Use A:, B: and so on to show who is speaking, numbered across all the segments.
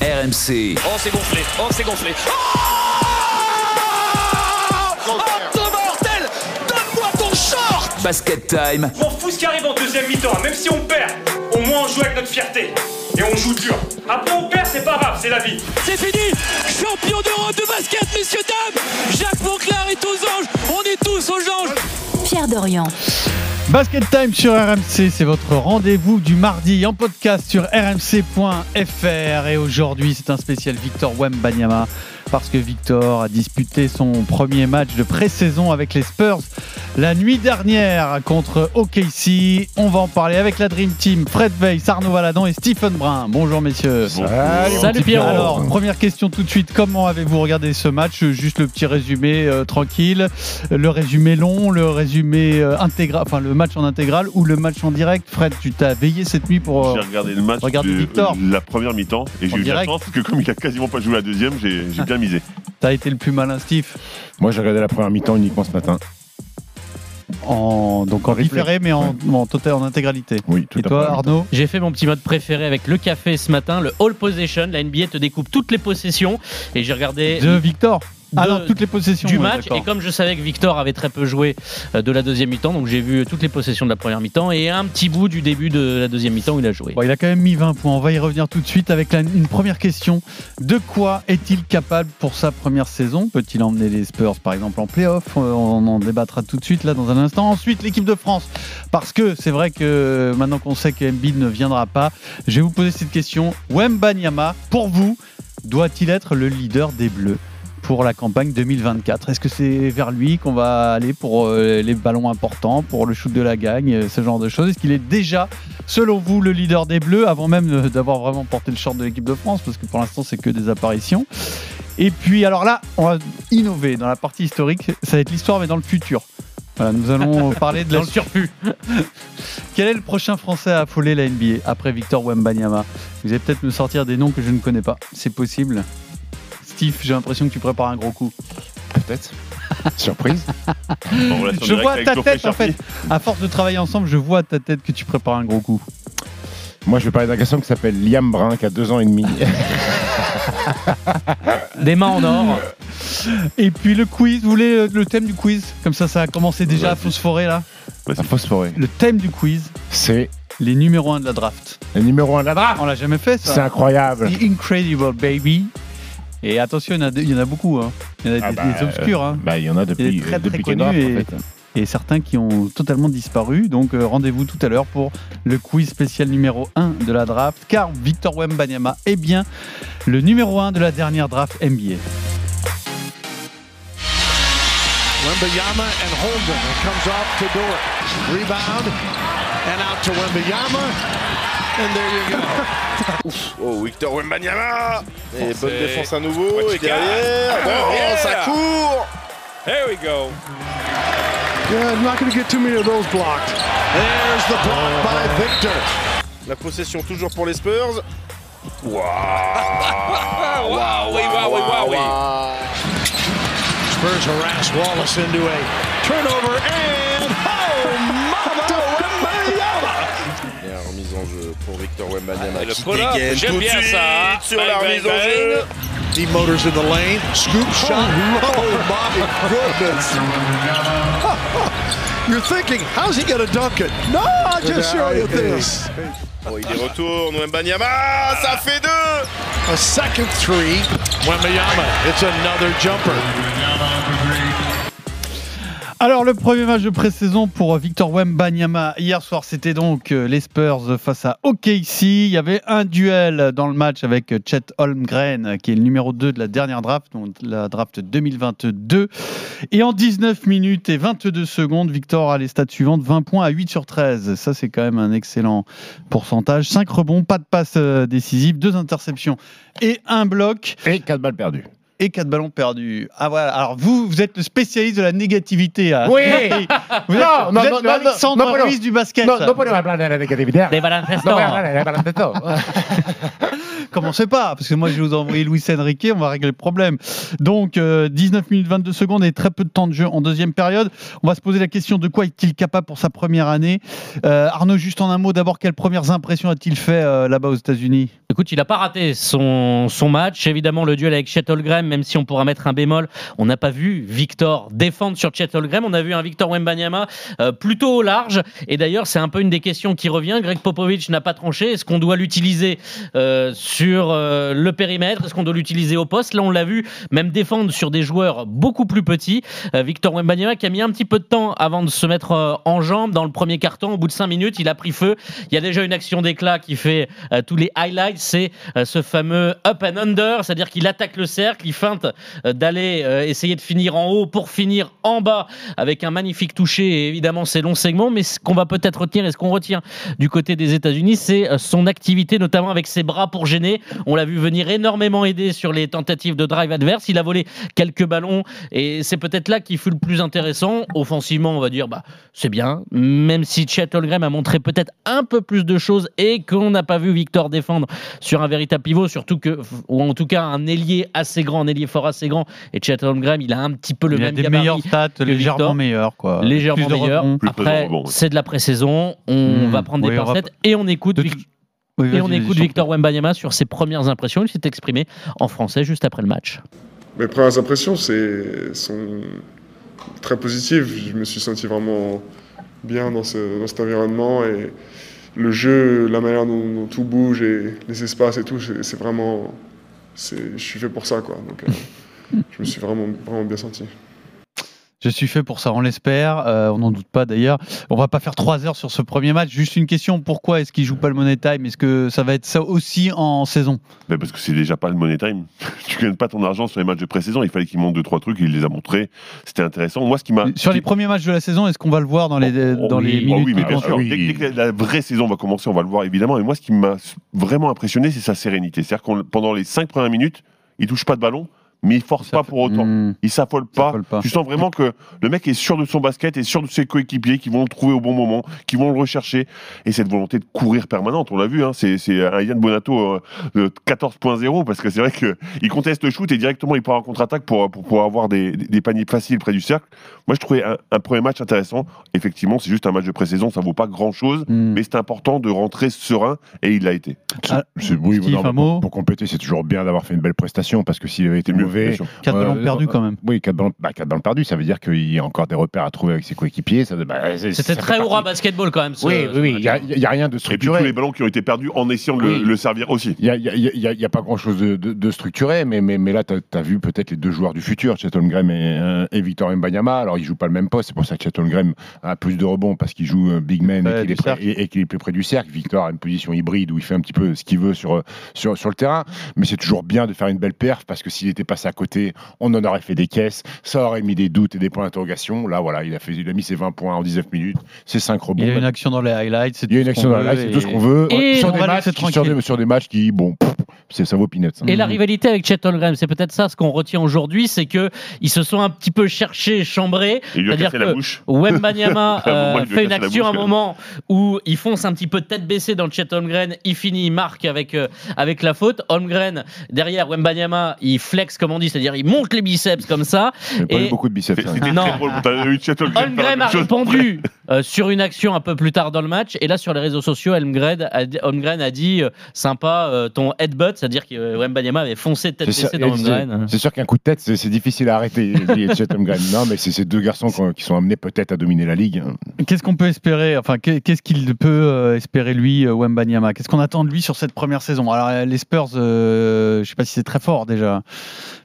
A: RMC.
B: Oh, c'est gonflé. Oh, c'est gonflé. Oh Oh, de mortel Donne-moi ton short
A: Basket Time.
C: m'en fous ce qui arrive en deuxième mi-temps, hein, même si on perd, au moins on joue avec notre fierté. Et on joue dur. Après on perd, c'est pas grave, c'est la vie.
D: C'est fini Champion d'Europe de basket, messieurs, dames Jacques Monclar est aux anges On est tous aux anges
E: Pierre Dorian.
F: Basket Time sur RMC, c'est votre rendez-vous du mardi en podcast sur rmc.fr. Et aujourd'hui, c'est un spécial Victor Wembanyama parce que Victor a disputé son premier match de pré-saison avec les Spurs la nuit dernière contre OKC. On va en parler avec la Dream Team, Fred Veil, Arnaud Valadon et Stephen Brun. Bonjour messieurs.
G: Salut Pierrot.
F: Alors, première question tout de suite, comment avez-vous regardé ce match Juste le petit résumé euh, tranquille, le résumé long, le résumé euh, intégral, enfin le match en intégral ou le match en direct. Fred, tu t'as veillé cette nuit pour... euh,
G: J'ai regardé le match
F: Regarde
G: de
F: Victor.
G: la première mi-temps et
F: En
G: j'ai eu de la
F: direct.
G: chance que comme il a quasiment pas joué la deuxième, j'ai j'ai bien misé.
F: T'as été le plus malin, Steve.
H: Moi, j'ai regardé la première mi-temps uniquement ce matin.
F: En, donc en différé, mais en, en total, en intégralité.
H: Oui, tout
F: Et
H: à
F: toi,
H: fait.
F: Arnaud
I: J'ai fait mon petit mode préféré avec le café ce matin, le All Possession. La NBA te découpe toutes les possessions et j'ai regardé
F: De Victor Ah
I: de-
F: non, toutes les possessions.
I: du
F: ouais,
I: match.
F: d'accord.
I: Et comme je savais que Victor avait très peu joué euh, de la deuxième mi-temps, donc j'ai vu toutes les possessions de la première mi-temps et un petit bout du début de la deuxième mi-temps où il a joué.
F: Bon, il a quand même mis 20 points. On va y revenir tout de suite avec la- une première question. De quoi est-il capable pour sa première saison Peut-il emmener les Spurs, par exemple, en playoff Euh, On en débattra tout de suite, là, dans un instant. Ensuite, l'équipe de France. Parce que c'est vrai que maintenant qu'on sait que Embiid ne viendra pas, je vais vous poser cette question. Wembanyama, pour vous, doit-il être le leader des Bleus pour la campagne 2024 Est-ce que c'est vers lui qu'on va aller pour euh, les ballons importants, pour le shoot de la gagne, euh, ce genre de choses Est-ce qu'il est déjà Selon vous, le leader des Bleus, avant même euh, d'avoir vraiment porté le short de l'équipe de France, parce que pour l'instant, c'est que des apparitions. Et puis, alors là, on va innover dans la partie historique. Ça va être l'histoire, mais dans le futur. Voilà, nous allons parler de la...
I: Dans le surplus.
F: Quel est le prochain Français à affoler la NBA après Victor Wembanyama Vous allez peut-être me sortir des noms que je ne connais pas. C'est possible. Steve, j'ai l'impression que tu prépares un gros coup.
H: Peut-être. Surprise.
G: En relation
F: Je
G: directe
F: vois
G: avec
F: ta
G: Geoffrey
F: tête en fait.
G: Charpie.
F: À force de travailler ensemble, je vois ta tête que tu prépares un gros coup.
H: Moi, je vais parler d'un garçon qui s'appelle Liam Brun, qui a deux ans et demi.
I: Des mains en or.
F: Et puis le quiz, vous voulez euh, le thème du quiz Comme ça, ça a commencé déjà à phosphorer là.
H: La phosphorée.
F: Le thème du quiz,
H: C'est
F: les numéros 1 de la draft.
H: le numéro un de la draft.
F: On l'a jamais fait
H: C'est
F: ça
H: incroyable.
F: The Incredible Baby. Et attention, il y en a, deux- il y en a beaucoup. hein. Il y en a
H: Ah
F: des,
H: bah,
F: des obscurs. hein.
H: Bah, il y en a
F: Il
H: depuis,
F: est très,
H: depuis
F: très
H: Ken
F: connu
H: Draft, en fait.
F: Et certains qui ont totalement disparu. Donc euh, rendez-vous tout à l'heure pour le quiz spécial numéro 1 de la draft. Car Victor Wembanyama est bien le numéro 1 de la dernière draft NBA.
J: Wembayama and Holden. It comes off to Dort. Rebound and out to Wembayama. And there you go.
K: Oh, Victor Wembanyama
C: Oh,
K: Et bonne
C: Français.
K: défense à nouveau.
C: What
K: et
C: you got?
K: derrière,
C: Oh,
K: bon,
C: yeah.
K: ça court
C: Here we go.
J: Yeah, I'm not going to get too many of those blocked. Oh, There's the block by Victor.
K: La possession toujours pour les Spurs. Waouh
C: Ah, Waouh, oui, waouh, oui, waouh, oui.
J: Spurs harass Wallace into a turnover and oh, mama Wembayama.
K: Et la remise en jeu pour Victor Wembanyama
C: Ah, le
K: qui
C: pull-up,
K: dégaine
C: j'aime
K: tout de
C: bien
K: suite
C: ça, hein.
K: sur la
C: Bang,
K: remise en
C: bang,
K: jeu.
J: He motors in the lane, scoop shot. Oh my goodness! You're thinking, how's he gonna dunk it? No, I just showed you this.
C: Oh,
K: Bon,
C: Ah.
K: il est retour, Wembanyama, ça fait deux
J: A second three. Wembayama. It's another jumper.
F: Alors le premier match de pré-saison pour euh, Victor Wembanyama hier soir c'était donc euh, les Spurs face à OKC. Il y avait un duel dans le match avec euh, Chet Holmgren euh, qui est le numéro 2 de la dernière draft, donc la draft 2022. Et en 19 minutes et 22 secondes, Victor a les stats suivantes 20 points à 8 sur 13. Ça c'est quand même un excellent pourcentage. 5 rebonds, pas de passe euh, décisive, 2 interceptions et un bloc.
H: Et 4 balles perdues.
F: et 4 ballons perdus. Ah voilà, alors vous, vous êtes le spécialiste de la négativité. hein.
H: Oui.
F: Vous êtes,
H: Non,
F: vous
H: non,
F: êtes
H: non,
F: le
H: non,
F: Alexandre
H: non, non, non.
F: Ruiz du basket.
H: No, no podemos hablar de la negatividad.
I: Des ballons
H: No voy a hablar de la negatividad.
F: Commencez pas, parce que moi je vais vous envoyer Luis Enrique, on va régler le problème. Donc euh, 19 minutes 22 secondes et très peu de temps de jeu en deuxième période. On va se poser la question de quoi est-il capable pour sa première année. Euh, Arnaud, juste en un mot, d'abord, quelles premières impressions a-t-il fait euh, là-bas aux États-Unis
I: Écoute, il n'a pas raté son, son match. Évidemment, le duel avec Chet Holmgren, même si on pourra mettre un bémol, on n'a pas vu Victor défendre sur Chet Holmgren. On a vu un Victor Wembanyama euh, plutôt au large. Et d'ailleurs, c'est un peu une des questions qui revient. Greg Popovich n'a pas tranché. Est-ce qu'on doit l'utiliser euh, sur euh, le périmètre Est-ce qu'on doit l'utiliser au poste Là, on l'a vu même défendre sur des joueurs beaucoup plus petits. Euh, Victor Wembanyama qui a mis un petit peu de temps avant de se mettre euh, en jambe dans le premier carton. Au bout de cinq minutes, il a pris feu. Il y a déjà une action d'éclat qui fait euh, tous les highlights, c'est euh, ce fameux up and under, c'est-à-dire qu'il attaque le cercle, il feinte euh, d'aller euh, essayer de finir en haut pour finir en bas avec un magnifique toucher et évidemment ces longs segments. Mais ce qu'on va peut-être retenir et ce qu'on retient du côté des États-Unis, c'est euh, son activité, notamment avec ses bras pour gêner. On l'a vu venir énormément aider sur les tentatives de drive adverse. Il a volé quelques ballons et c'est peut-être là qu'il fut le plus intéressant. Offensivement, on va dire, bah, c'est bien, même si Chet Holmgren a montré peut-être un peu plus de choses et qu'on n'a pas vu Victor défendre sur un véritable pivot, surtout que, ou en tout cas un ailier assez grand, un ailier fort assez grand. Et Chet Holmgren, il a un petit peu le
F: Il a
I: même
F: des
I: gabarit.
F: meilleures stats, légèrement
I: Victor.
F: meilleures. Quoi.
I: Légèrement
F: Plus de
I: meilleur.
F: rebonds.
G: Plus
I: Après,
G: pesant, bon, ouais.
I: c'est de la pré-saison. On
H: Hmm.
F: Mmh.
I: va prendre des
F: Oui, on va
I: pincettes et on écoute,
F: De
I: Vic-
F: tout- Oui,
I: et
F: vas-y,
I: on
F: vas-y,
I: écoute
F: chante.
I: Victor Wembanyama sur ses premières impressions. Il s'est exprimé en français juste après le match.
A: Mes premières impressions c'est, sont très positives. Je me suis senti vraiment bien dans, ce- dans cet environnement et le jeu, la manière dont, dont tout bouge et les espaces et tout, c'est, c'est vraiment. C'est, je suis fait pour ça, quoi. Donc, euh, je me suis vraiment, vraiment bien senti.
F: Je suis fait pour ça, on l'espère. euh, on n'en doute pas d'ailleurs. On va pas faire trois heures sur ce premier match. Juste une question pourquoi est-ce qu'il joue pas le Money Time Est-ce que ça va être ça aussi en saison
G: Ben, parce que c'est déjà pas le money time. tu gagnes pas ton argent sur les matchs de pré-saison. Il fallait qu'il monte deux trois trucs. Il les a montrés. C'était intéressant. Moi, ce qui m'a
F: Sur les premiers matchs de la saison, est-ce qu'on va le voir dans les,
G: Oh,
F: dans les
G: oui, oh
F: minutes
G: oui, mais bien
F: qui
G: sûr.
F: vont suivre
G: Dès, dès que la, la vraie saison va commencer, on va le voir évidemment. Et moi, ce qui m'a vraiment impressionné, c'est sa sérénité. C'est-à-dire qu'on pendant les cinq premières minutes, il touche pas de ballon, mais il force
F: Ça
G: pas
F: fait-
G: pour autant.
F: Hmm.
G: Il s'affole
F: Ça
G: pas.
F: colle pas.
G: Tu sens vraiment que le mec est sûr de son basket et sûr de ses coéquipiers qui vont le trouver au bon moment, qui vont le rechercher. Et cette volonté de courir permanente, on l'a vu, hein, c'est c'est un Yann Bonato euh, de 14.0 parce que c'est vrai qu'il conteste le shoot et directement il part en contre-attaque pour, pour pouvoir avoir des, des paniers faciles près du cercle. Moi je trouvais un, un premier match intéressant. Effectivement, c'est juste un match de pré-saison, ça vaut pas grand-chose,
F: Hmm.
G: mais c'est important de rentrer serein et il l'a été.
F: Ah,
H: C'est- oui,
F: Steve,
H: non, mais
F: un
H: pour,
F: mot
H: pour compléter, c'est toujours bien d'avoir fait une belle prestation parce que s'il avait
G: C'est
H: été
G: mieux, bien
H: mauvais.
G: sûr.
F: Quatre
H: euh,
F: ballons perdus quand même.
H: Oui, 4 ballons, bah, quatre ballons perdus, ça veut dire qu'il y a encore des repères à trouver avec ses coéquipiers. ça- bah, c'est- ça
I: C'était
H: fait
I: très
H: partie-
I: hurrah basketball quand même. ce-
H: Oui,
I: ce
H: oui, oui,
I: match.
H: il n'y a, il y a rien de
G: Et puis tous
H: structuré.
G: les ballons qui ont été perdus en essayant de le,
H: Oui.
G: le servir aussi.
H: Il n'y a, il y a- il y a- il y a pas grand-chose de, de- de structuré, mais, mais, mais là, tu as, vu peut-être les deux joueurs du futur, Chet Holmgren et, euh, et Victor Mbanyama. Alors, ils jouent pas le même poste, c'est pour ça que Chet Holmgren a plus de rebonds parce qu'il joue euh, big man
F: Ouais,
H: et qu'il
F: du
H: est, près-
F: cercle.
H: et- et qu'il est plus près du cercle. Victor a une position hybride où il fait un petit peu ce qu'il veut sur, euh, sur, sur le terrain, mais c'est toujours bien de faire une belle perf parce que s'il était passé à côté, on en aurait fait des caisses, ça aurait mis des doutes et des points d'interrogation. Là, voilà, il a, fait, il a mis ses 20 points en 19 minutes, ses 5 rebonds.
F: Il y a une action dans les highlights. c'est
H: bah, Il y a
F: tout
H: une
F: ce
H: action
F: qu'on
H: dans la
F: veut
H: live, c'est tout ce
F: et-
H: qu'on veut.
I: Et
H: sur,
F: on
H: des
F: va
H: matchs,
F: laisser
H: qui- sur,
F: tranquille.
H: des, sur des matchs qui, bon, pff, c'est, ça vaut peanuts. hein.
I: Et la
F: Mhm.
I: rivalité avec Chet Holmgren, c'est peut-être ça ce qu'on retient aujourd'hui, c'est que ils se sont un petit peu cherchés, chambrés.
G: Il lui a
I: C'est-à-dire
G: cassé la
I: que
G: bouche.
I: Wembanyama
G: À un moment,
I: euh,
G: il lui a
I: fait une
G: cassé la
I: action à un
G: bouche, quand
I: moment où il fonce un petit peu tête baissée dans le Chet Holmgren, il finit, il marque avec, euh, avec la faute. Holmgren, derrière Wembanyama, il flex comme on dit, c'est-à-dire il monte les biceps comme ça.
H: J'ai pas
I: Et-
H: eu beaucoup de biceps. hein.
G: C'était
I: Non.
G: très drôle. T'as eu Chet Holmgren faire la
I: Holmgren
G: même
I: a
G: chose.
I: répondu euh, sur une action un peu plus tard dans le match. Et là, sur les réseaux sociaux, Holmgren a dit, Holmgren a dit euh, sympa euh, ton headbutt, c'est-à-dire que euh, Wembanyama avait foncé tête
H: C'est sûr,
I: baissée dans hein.
H: c'est-
I: Holmgren.
H: c'est sûr qu'un coup de tête, c'est, c'est difficile à arrêter. dit Chet Holmgren. Non, mais c'est ces deux garçons qu'on- qui sont amenés peut-être à dominer la ligue. hein.
F: Qu'est-ce qu'on peut espérer Enfin, qu'est- qu'est-ce qu'il peut euh, espérer lui, euh, Wembanyama Qu'est-ce qu'on attend de lui sur cette première saison Alors, euh, les Spurs, euh, je sais pas si c'est très fort déjà.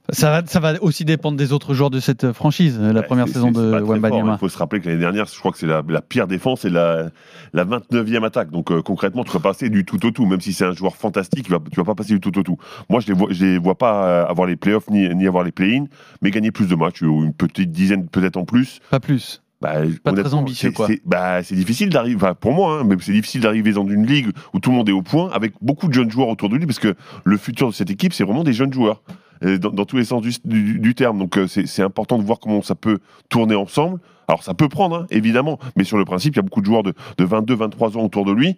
F: Ça va, ça va aussi dépendre des autres joueurs de cette franchise. euh, La
G: Ouais,
F: première
G: c'est-
F: saison
G: c'est- c'est pas
F: de
G: bah, très fort.
F: Wembanyama.
G: Il faut se rappeler que l'année dernière, je crois que c'est la, la pire défense et la, la 29e attaque. Donc euh, concrètement, tu vas passer du tout au tout. Même si c'est un joueur fantastique, il va- tu vas pas passer du tout au tout. Moi, je les vois, je les vois pas euh, avoir les playoffs ni, ni avoir les play-in, mais gagner plus de matchs ou une petite dizaine peut-être en plus.
F: Pas plus.
G: Bah,
F: Pas très
G: honnêtement,
F: ambitieux,
G: c'est-
F: quoi.
G: C'est bah, c'est difficile d'arriver, enfin, pour moi, hein, mais c'est difficile d'arriver dans une ligue où tout le monde est au point avec beaucoup de jeunes joueurs autour de lui parce que le futur de cette équipe, c'est vraiment des jeunes joueurs. euh, dans, dans tous les sens du, du- du terme. Donc euh, c'est c'est important de voir comment ça peut tourner ensemble. Alors ça peut prendre, hein, évidemment, mais sur le principe, il y a beaucoup de joueurs de, de 22, 23 ans autour de lui.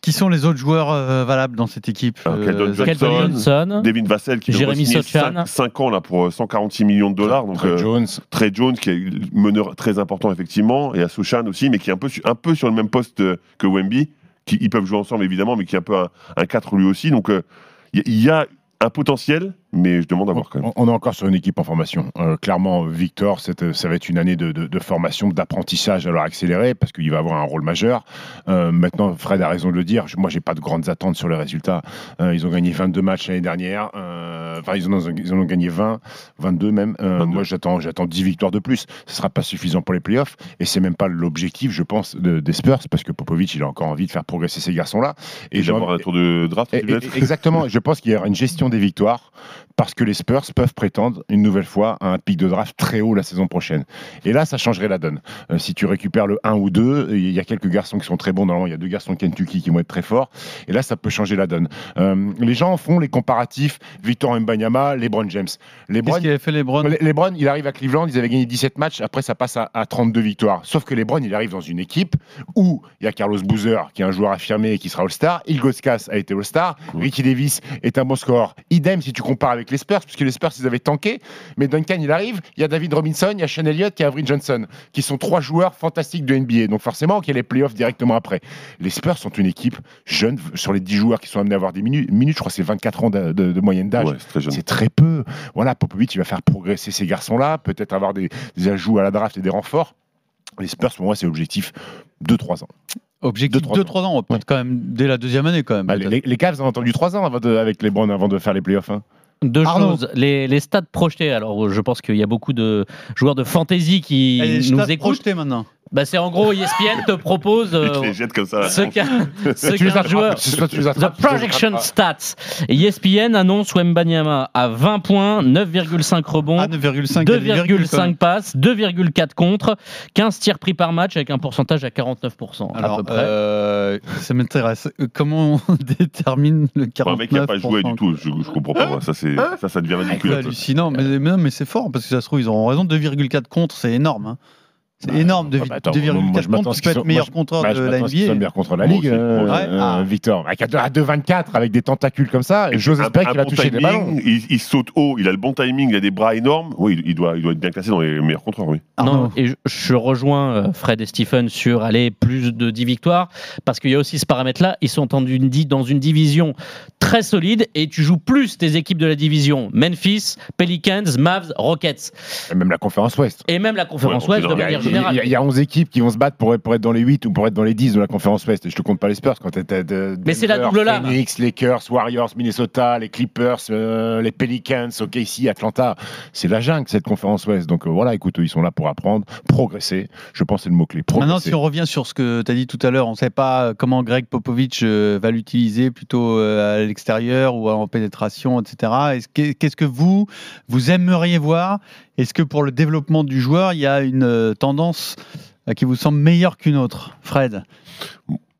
F: Qui sont les autres joueurs euh, valables dans cette équipe euh,
G: Ah, Keldon Johnson.
I: Keldon
F: Hein
I: Johnson.
G: Devin Vassell qui
I: Jérémy
G: devrait signer
I: Sochan.
G: 5, ans là, pour euh, 146 millions de dollars. Donc,
H: Trey
G: euh,
H: Jones.
G: Trey Jones, qui est meneur très important, effectivement, et Asushan aussi, mais qui est un peu, su- un peu sur le même poste euh, que Wemby. Qui, ils peuvent jouer ensemble, évidemment, mais qui est un peu un, un 4 lui aussi. Donc, euh, il y, y a un potentiel, mais je demande à voir quand même.
H: On, on est encore sur une équipe en formation. Euh, clairement, Victor, cette- ça va être une année de, de- de formation, d'apprentissage à l'heure accélérée, parce qu'il va avoir un rôle majeur. Euh, maintenant, Fred a raison de le dire. Je- Moi, j'ai pas de grandes attentes sur les résultats. Euh, ils ont gagné 22 matchs l'année dernière. Euh, Enfin, ils, en ont- ils en ont gagné 20, 22 même. Euh,
G: 22.
H: Moi, j'attends, j'attends 10 victoires de plus. Ce sera pas suffisant pour les playoffs, et c'est même pas l'objectif, je pense, de- des Spurs, parce que Popovic, il a encore envie de faire progresser ces garçons-là.
G: Et
H: j'ai
G: d'avoir
H: envie-
G: un tour de draft,
H: et-
G: tu veux
H: et-
G: être
H: exactement. Je pense qu'il y aura une gestion des victoires parce que les Spurs peuvent prétendre une nouvelle fois à un pic de draft très haut la saison prochaine. Et là, ça changerait la donne. Euh, si tu récupères le 1 ou 2, il y a quelques garçons qui sont très bons. Normalement, il y a deux garçons de Kentucky qui vont être très forts. Et là, ça peut changer la donne. Euh, les gens font les comparatifs Victor Mbanyama, LeBron James. LeBron,
F: Qu'est-ce qu'il avait fait les Browns
H: les- LeBron, il arrive à Cleveland, ils avaient gagné 17 matchs, après ça passe à, à 32 victoires. Sauf que LeBron, il arrive dans une équipe où il y a Carlos Boozer, qui est un joueur affirmé et qui sera All-Star, Ilgoskas a été All-Star, Ricky Davis est un bon score. Idem si tu compares avec les Spurs, puisque les Spurs, ils avaient tanké, mais Duncan, il arrive, il y a David Robinson, il y a Sean Elliott, il y a Avery Johnson, qui sont trois joueurs fantastiques de NBA. Donc forcément, qu'il y a les playoffs directement après. Les Spurs sont une équipe jeune, sur les 10 joueurs qui sont amenés à avoir des minutes, minutes je crois que c'est 24 ans de, de- de moyenne d'âge.
G: Ouais, c'est très jeune.
H: C'est très peu. Voilà, Popovic, il va faire progresser ces garçons-là, peut-être avoir des, des ajouts à la draft et des renforts. Les Spurs, pour moi, c'est l'objectif 2-3 ans.
F: Objectif
H: deux, trois
F: 2-3 ans, peut-être quand même dès la deuxième année quand même.
H: Bah, les,
F: peut-être.
H: les- les Cavs ont entendu 3 ans avant de- avec les Browns avant de faire les playoffs. hein.
I: Deux
F: Arnaud.
I: choses. Les, les stats projetés. Alors, je pense qu'il y a beaucoup de joueurs de fantasy qui
F: Allez, je
I: nous
F: tape
I: écoutent.
F: projeté maintenant.
I: Bah, c'est en gros, ESPN te propose
G: Il te
I: euh,
G: les jette comme ça.
I: ce qu'un ce
H: Tu les
I: qu'un
H: attrapes,
I: joueur.
H: soit tu les
I: The
H: attrapes, soit tu les
I: Projection
H: attrapes
I: Stats. E ESPN annonce Wembanyama à 20 points, 9,5 rebonds,
F: Ah, 9,5 il y a des virgules, quand même.
I: 2,5 passes, 2,4 contre, 15 tirs pris par match avec un pourcentage à 49% à
F: Alors,
I: peu près.
F: euh, ça m'intéresse. Euh, Comment on détermine le 49
G: Pour un mec qui n'a pas joué du tout, je, je comprends pas. moi. Ça, c'est- ça, ça devient
F: C'est
G: ridicule. un peu.
F: hallucinant, mais, mais, mais c'est fort parce que ça se trouve, ils auront raison. 2,4 contre, c'est énorme. hein. C'est énorme,
H: bah,
F: de-
H: attends,
F: 2,4
H: moi, je m'attends
F: contre.
H: à
F: Tu peux
H: ce qu'ils
F: être
H: soient-
F: meilleur
H: moi,
F: contrôleur
H: Bah, je
F: de la
H: m'attends à ce qu'ils soient
F: NBA.
H: meilleurs contre la
G: Moi
H: Ligue,
G: aussi,
H: euh,
G: moi
F: aussi.
H: euh,
F: Ouais.
H: Victor. À 4 à 2-24, avec des tentacules comme ça,
G: Et
H: j'ose
G: un-
H: espérer
G: un
H: qu'il a
G: bon
H: touché des
G: timing,
H: ballons.
G: Il, il saute haut, il a le bon timing, il a des bras énormes. Oui, il- il doit, il doit être bien classé dans les meilleurs contreurs, oui.
I: Non, et je, je rejoins euh, Fred et Stephen sur aller plus de 10 victoires, parce qu'il y a aussi ce paramètre-là. Ils sont en une di- dans une division très solide et tu joues plus tes équipes de la division Memphis, Pelicans, Mavs, Rockets
H: Et Même la conférence Ouest.
I: et même la conférence
G: Ouais, en
I: Ouest de
H: Il y, a,
I: manière
H: il y a-
I: générale.
H: il y a 11 équipes qui vont se battre pour, être- pour être dans les 8 ou pour être dans les 10 de la conférence Ouest. Et je te compte pas les Spurs quand t'étais de.
I: Mais c'est la
H: Denver,
I: double lame.
H: Phoenix, Lakers, Warriors, Minnesota, les Clippers, euh, les Pelicans, OKC, Atlanta. C'est la jungle cette conférence Ouest. Donc euh, voilà, écoute, ils sont là pour apprendre, progresser. Je pense que c'est le mot-clé.
F: Maintenant,
H: Progresser.
F: si on revient sur ce que tu as dit tout à l'heure, on ne sait pas euh, comment Greg Popovich euh, va l'utiliser, plutôt euh, à l'extérieur ou en pénétration, etc. Est-ce que- Qu'est-ce que vous, vous aimeriez voir Est-ce que pour le développement du joueur, il y a une euh, tendance euh, qui vous semble meilleure qu'une autre Fred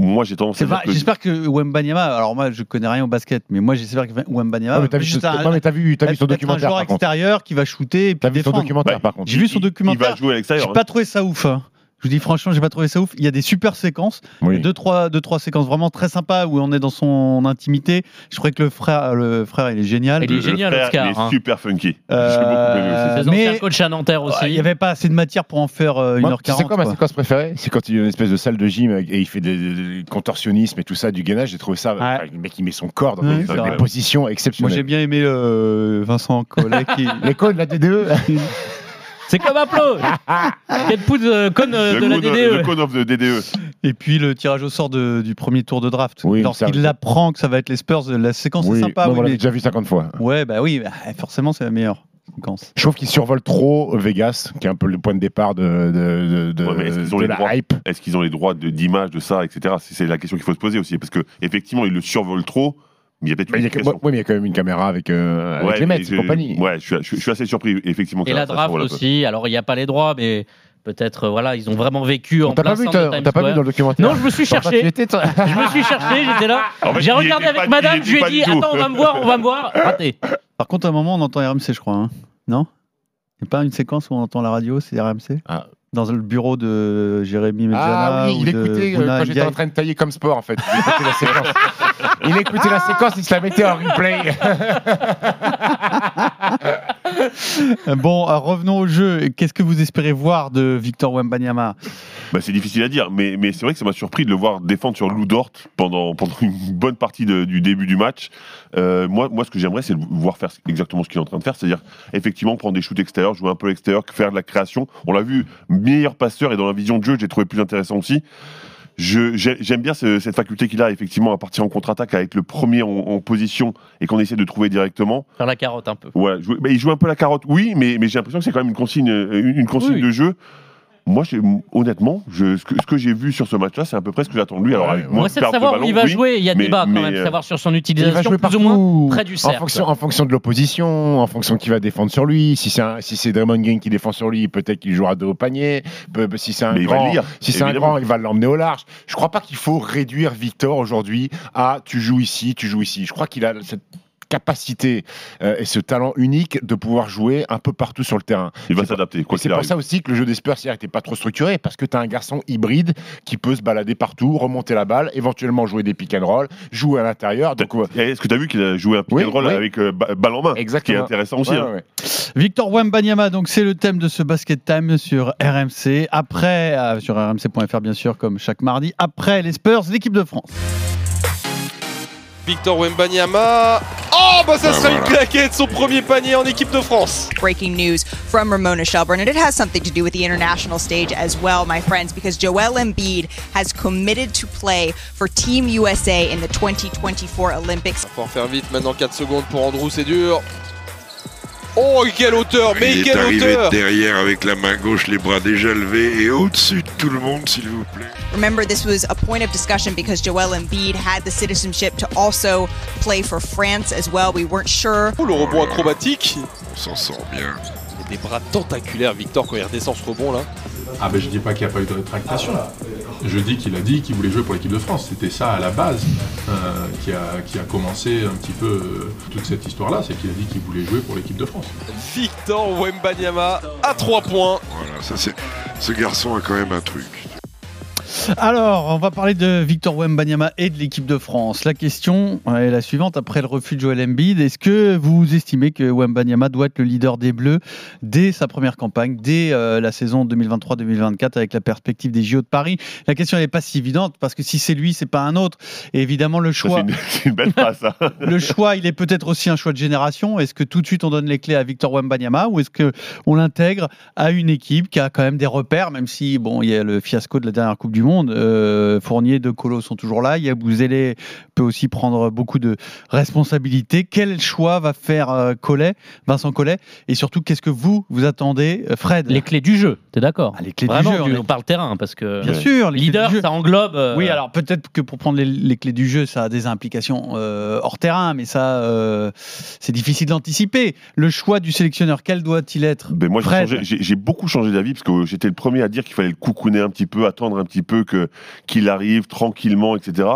G: Moi, j'ai tendance à
F: C'est
G: dire
F: pas-
G: que-
F: J'espère que Wembanyama, alors moi je connais rien au basket, mais moi j'espère que Wembanyama
H: Ah, mais t'as
F: va
H: vu,
F: juste
H: ce-
F: un-
H: non, mais t'as vu, t'as vu son
F: être un
H: documentaire
F: joueur
H: par contre.
F: extérieur qui va shooter et puis
H: T'as vu son
F: défendre.
H: documentaire par contre.
F: J'ai vu son
G: il- Il
F: documentaire.
G: va jouer à
F: J'ai
G: l'extérieur. hein.
F: pas trouvé ça ouf. hein. Je vous dis franchement, j'ai pas trouvé ça ouf. Il y a des super séquences,
H: Oui.
F: deux trois, deux trois séquences vraiment très sympas où on est dans son intimité. Je trouvais que le frère, le frère, il est génial.
I: Il est
G: Le- le
I: génial,
G: frère,
I: Oscar,
G: Il est
I: hein.
G: super funky.
F: Euh,
G: J'ai beaucoup aimé aussi.
I: Ses
F: mais-
I: anciens coachs à Nanterre aussi.
F: Ouais, Il y avait pas assez de matière pour en faire euh,
H: Moi,
F: 1h40.
H: Tu sais quoi, ma
F: quoi.
H: séquence préférée C'est quand il est dans une espèce de salle de gym et il fait des, des- des contorsionnismes et tout ça, du gainage. J'ai trouvé ça. enfin, le mec, il met son corps dans
F: Ouais,
H: des,
F: c'est
H: dans des
G: vrai.
H: positions
F: Moi j'ai
H: exceptionnelles.
F: bien aimé euh, Vincent Collet qui.
H: Les codes, la DDE
I: C'est comme Aplo Quel pouce euh, conne euh,
G: le
I: de la
G: code- le
I: DDE
G: code of the E. DDE.
F: Et puis le tirage au sort de- du premier tour de draft.
H: Oui, ça-
F: Lorsqu'il apprend que ça va être les Spurs, la séquence
H: Oui,
F: est sympa.
H: non,
F: oui,
H: on l'a
F: mais-
H: déjà vu 50 fois.
F: Ouais, bah oui, bah, forcément c'est la meilleure séquence.
H: Je trouve qu'il survole trop euh, Vegas, qui est un peu le point de départ de, de, de- de-
G: Ouais, mais est-ce qu'ils ont
H: de
G: les droits
H: la hype.
G: Est-ce qu'ils ont les droits de- d'image de ça, etc. C'est c'est la question qu'il faut se poser aussi. Parce que effectivement, ils le survolent trop, mais il y a peut-être
H: Mais Bah, il
G: une
H: y a que-
G: explication.
H: ouais, mais il y a quand même une caméra avec, euh, avec
G: Ouais,
H: les
G: mais
H: Mets et
G: je-
H: compagnie.
G: Ouais, je suis, je suis- je suis assez surpris, effectivement. que
I: Et
G: ça-
I: la
G: ça
I: draft
G: survole un peu.
I: aussi. Alors, il n'y a pas les droits, mais peut-être, euh, voilà, ils ont vraiment vécu
H: On
I: en
H: t'a
I: plein
H: pas, vu,
I: centre de
H: toi- on
I: Times
H: t'a pas vu
I: Square.
H: dans le documentaire
I: Non, je me suis
H: Dans quoi tu
I: cherché.
H: étais, toi
I: Ah. Je me suis cherché, j'étais là.
G: En fait,
I: j'ai
G: il
I: regardé
G: était
I: avec
G: pas- il
I: madame,
G: était
I: je lui ai
G: pas
I: dit
G: du tout.
I: Attends, on va me voir, on va me voir. Raté.
F: Par contre, à un moment, on entend RMC, je crois. hein. Non Il n'y a pas une séquence où on entend la radio, c'est RMC
H: Ah.
F: Dans le bureau de Jérémy Medjana
H: Ah oui,
F: ou
H: il
F: de
H: écoutait euh,
F: Bouna
H: quand j'étais
F: Ndiaye.
H: en train de tailler comme sport en fait. Il écoutait la séquence. Il écoutait la séquence, il se la mettait en replay.
F: Euh, Bon, euh, revenons au jeu. Qu'est-ce que vous espérez voir de Victor Wembanyama
G: Bah, c'est difficile à dire, mais, mais c'est vrai que ça m'a surpris de le voir défendre sur Lou Dort pendant, pendant une bonne partie de- du début du match. Euh, moi, moi, ce que j'aimerais, c'est le voir faire exactement ce qu'il est en train de faire, c'est-à-dire effectivement prendre des shoots extérieurs, jouer un peu à l'extérieur, faire de la création. On l'a vu, meilleur passeur et dans la vision de jeu, j'ai trouvé plus intéressant aussi. Je- j'ai- J'aime bien ce- cette faculté qu'il a effectivement à partir en contre-attaque avec le premier en- en position et qu'on essaie de trouver directement.
I: Faire la carotte un peu.
G: Ouais, jouer- mais il joue un peu la carotte, oui, mais, mais j'ai l'impression que c'est quand même une consigne, euh, une, une consigne
I: Oui.
G: de jeu. Moi, j'ai- honnêtement, je- ce que, ce que j'ai vu sur ce match-là, c'est à peu près ce que j'attends de lui. Alors,
H: Ouais,
G: avec
H: ouais.
G: moins
I: On
G: de
I: essaie de
G: perte de
I: savoir où
G: ballon,
I: il va
G: oui,
I: jouer. Il y a
G: mais-
I: débat quand
G: mais,
I: même,
G: euh,
I: savoir sur son
H: Il va
I: utilisation,
H: jouer
I: plus
H: partout.
I: ou moins. près du
H: en
I: cercle.
H: fonction, en fonction de l'opposition, en fonction de qui va défendre sur lui. Si c'est un- si c'est Draymond Green qui défend sur lui, peut-être qu'il jouera deux au panier. Peu- peu- si c'est un
G: Mais il va
H: grand,
G: le lire,
H: si c'est un
G: évidemment.
H: grand, il va l'emmener au large. Je crois pas qu'il faut réduire Victor aujourd'hui à tu joues ici, tu joues ici. Je crois qu'il a cette capacité euh, et ce talent unique de pouvoir jouer un peu partout sur le terrain.
G: Il va
H: C'est pas-
G: s'adapter,
H: Et
G: quoi
H: c'est
G: qu'il
H: pour
G: arrive.
H: ça aussi que le jeu des Spurs hier n'était pas trop structuré, parce que tu as un garçon hybride qui peut se balader partout, remonter la balle, éventuellement jouer des pick and roll, jouer à l'intérieur. Donc, ouais.
G: Et Eh, Est-ce que tu as vu qu'il a joué un pick
H: Oui,
G: and roll
H: oui.
G: avec euh, ba- balle en main Qui est
H: Exactement.
G: intéressant aussi.
H: Ouais,
G: hein.
H: ouais.
F: Victor Wembanyama, donc c'est le thème de ce Basket Time sur RMC. Après, euh, sur rmc.fr bien sûr, comme chaque mardi. Après les Spurs, l'équipe de France.
B: Victor Wembanyama. Oh, bah ça
H: Ah,
B: sera une
H: voilà.
B: claquette, son premier panier en équipe de France.
E: breaking news from Ramona Shelburne, and it has something to do with the international stage as well, my friends, because Joel Embiid has committed to play for Team USA in the 2024 Olympics.
B: Faut en faire vite, maintenant 4 secondes pour Andrew, c'est dur. Oh, quelle hauteur, mais
L: Il est
B: quelle
L: arrivé
B: hauteur
L: derrière avec la main gauche, les bras déjà levés et au-dessus de tout le monde, s'il vous plaît.
E: Remember, this was a point of discussion because Joel Embiid had the citizenship to also play for France as well. We weren't sure
B: Oh, le rebond acrobatique
L: On s'en sort bien.
B: Il a des bras tentaculaires, Victor, quand il redescend ce rebond là.
L: Ah ben je dis pas qu'il n'y a pas eu de rétractation. Je dis qu'il a dit qu'il voulait jouer pour l'équipe de France. C'était ça à la base euh, qui, a, commencé un petit peu euh, toute cette histoire-là. C'est qu'il a dit qu'il voulait jouer pour l'équipe de France.
H: Bah,
B: Victor Wembanyama à 3 points.
L: Voilà, ça c'est. Ce garçon a quand même un truc.
F: Alors, on va parler de Victor Wembanyama et de l'équipe de France. La question est la suivante après le refus de Joel Embiid, est-ce que vous estimez que Wembanyama doit être le leader des Bleus dès sa première campagne, dès euh, la saison 2023-2024 avec la perspective des JO de Paris La question n'est pas si évidente parce que si c'est lui, c'est pas un autre. Et évidemment, le
G: Ça, C'est
F: choix
G: une, c'est une belle passe. hein.
F: le choix, il est peut-être aussi un choix de génération. Est-ce que tout de suite on donne les clés à Victor Wembanyama ou est-ce que on l'intègre à une équipe qui a quand même des repères, même si bon, il y a le fiasco de la dernière Coupe du Monde. Euh, Fournier, De Colo sont toujours là. Yabouzélé peut aussi prendre beaucoup de responsabilités. Quel choix va faire euh, Collet, Vincent Collet, et surtout qu'est-ce que vous vous attendez, euh, Fred
I: Les clés du jeu, t'es d'accord
F: Ah, les clés
I: Vraiment,
F: du jeu.
I: tu-
F: on est-
I: on parle terrain parce que
F: Bien sûr, les clés
I: leader,
F: du jeu.
I: ça englobe. euh,
F: Oui, alors peut-être que pour prendre les, les clés du jeu, ça a des implications euh, hors terrain, mais ça, euh, c'est difficile d'anticiper. Le choix du sélectionneur, quel doit-il être
G: Ben moi, j'ai
F: Fred.
G: changé- j'ai j'ai beaucoup changé d'avis parce que j'étais le premier à dire qu'il fallait le coucouner un petit peu, attendre un petit peu que qu'il arrive tranquillement, etc.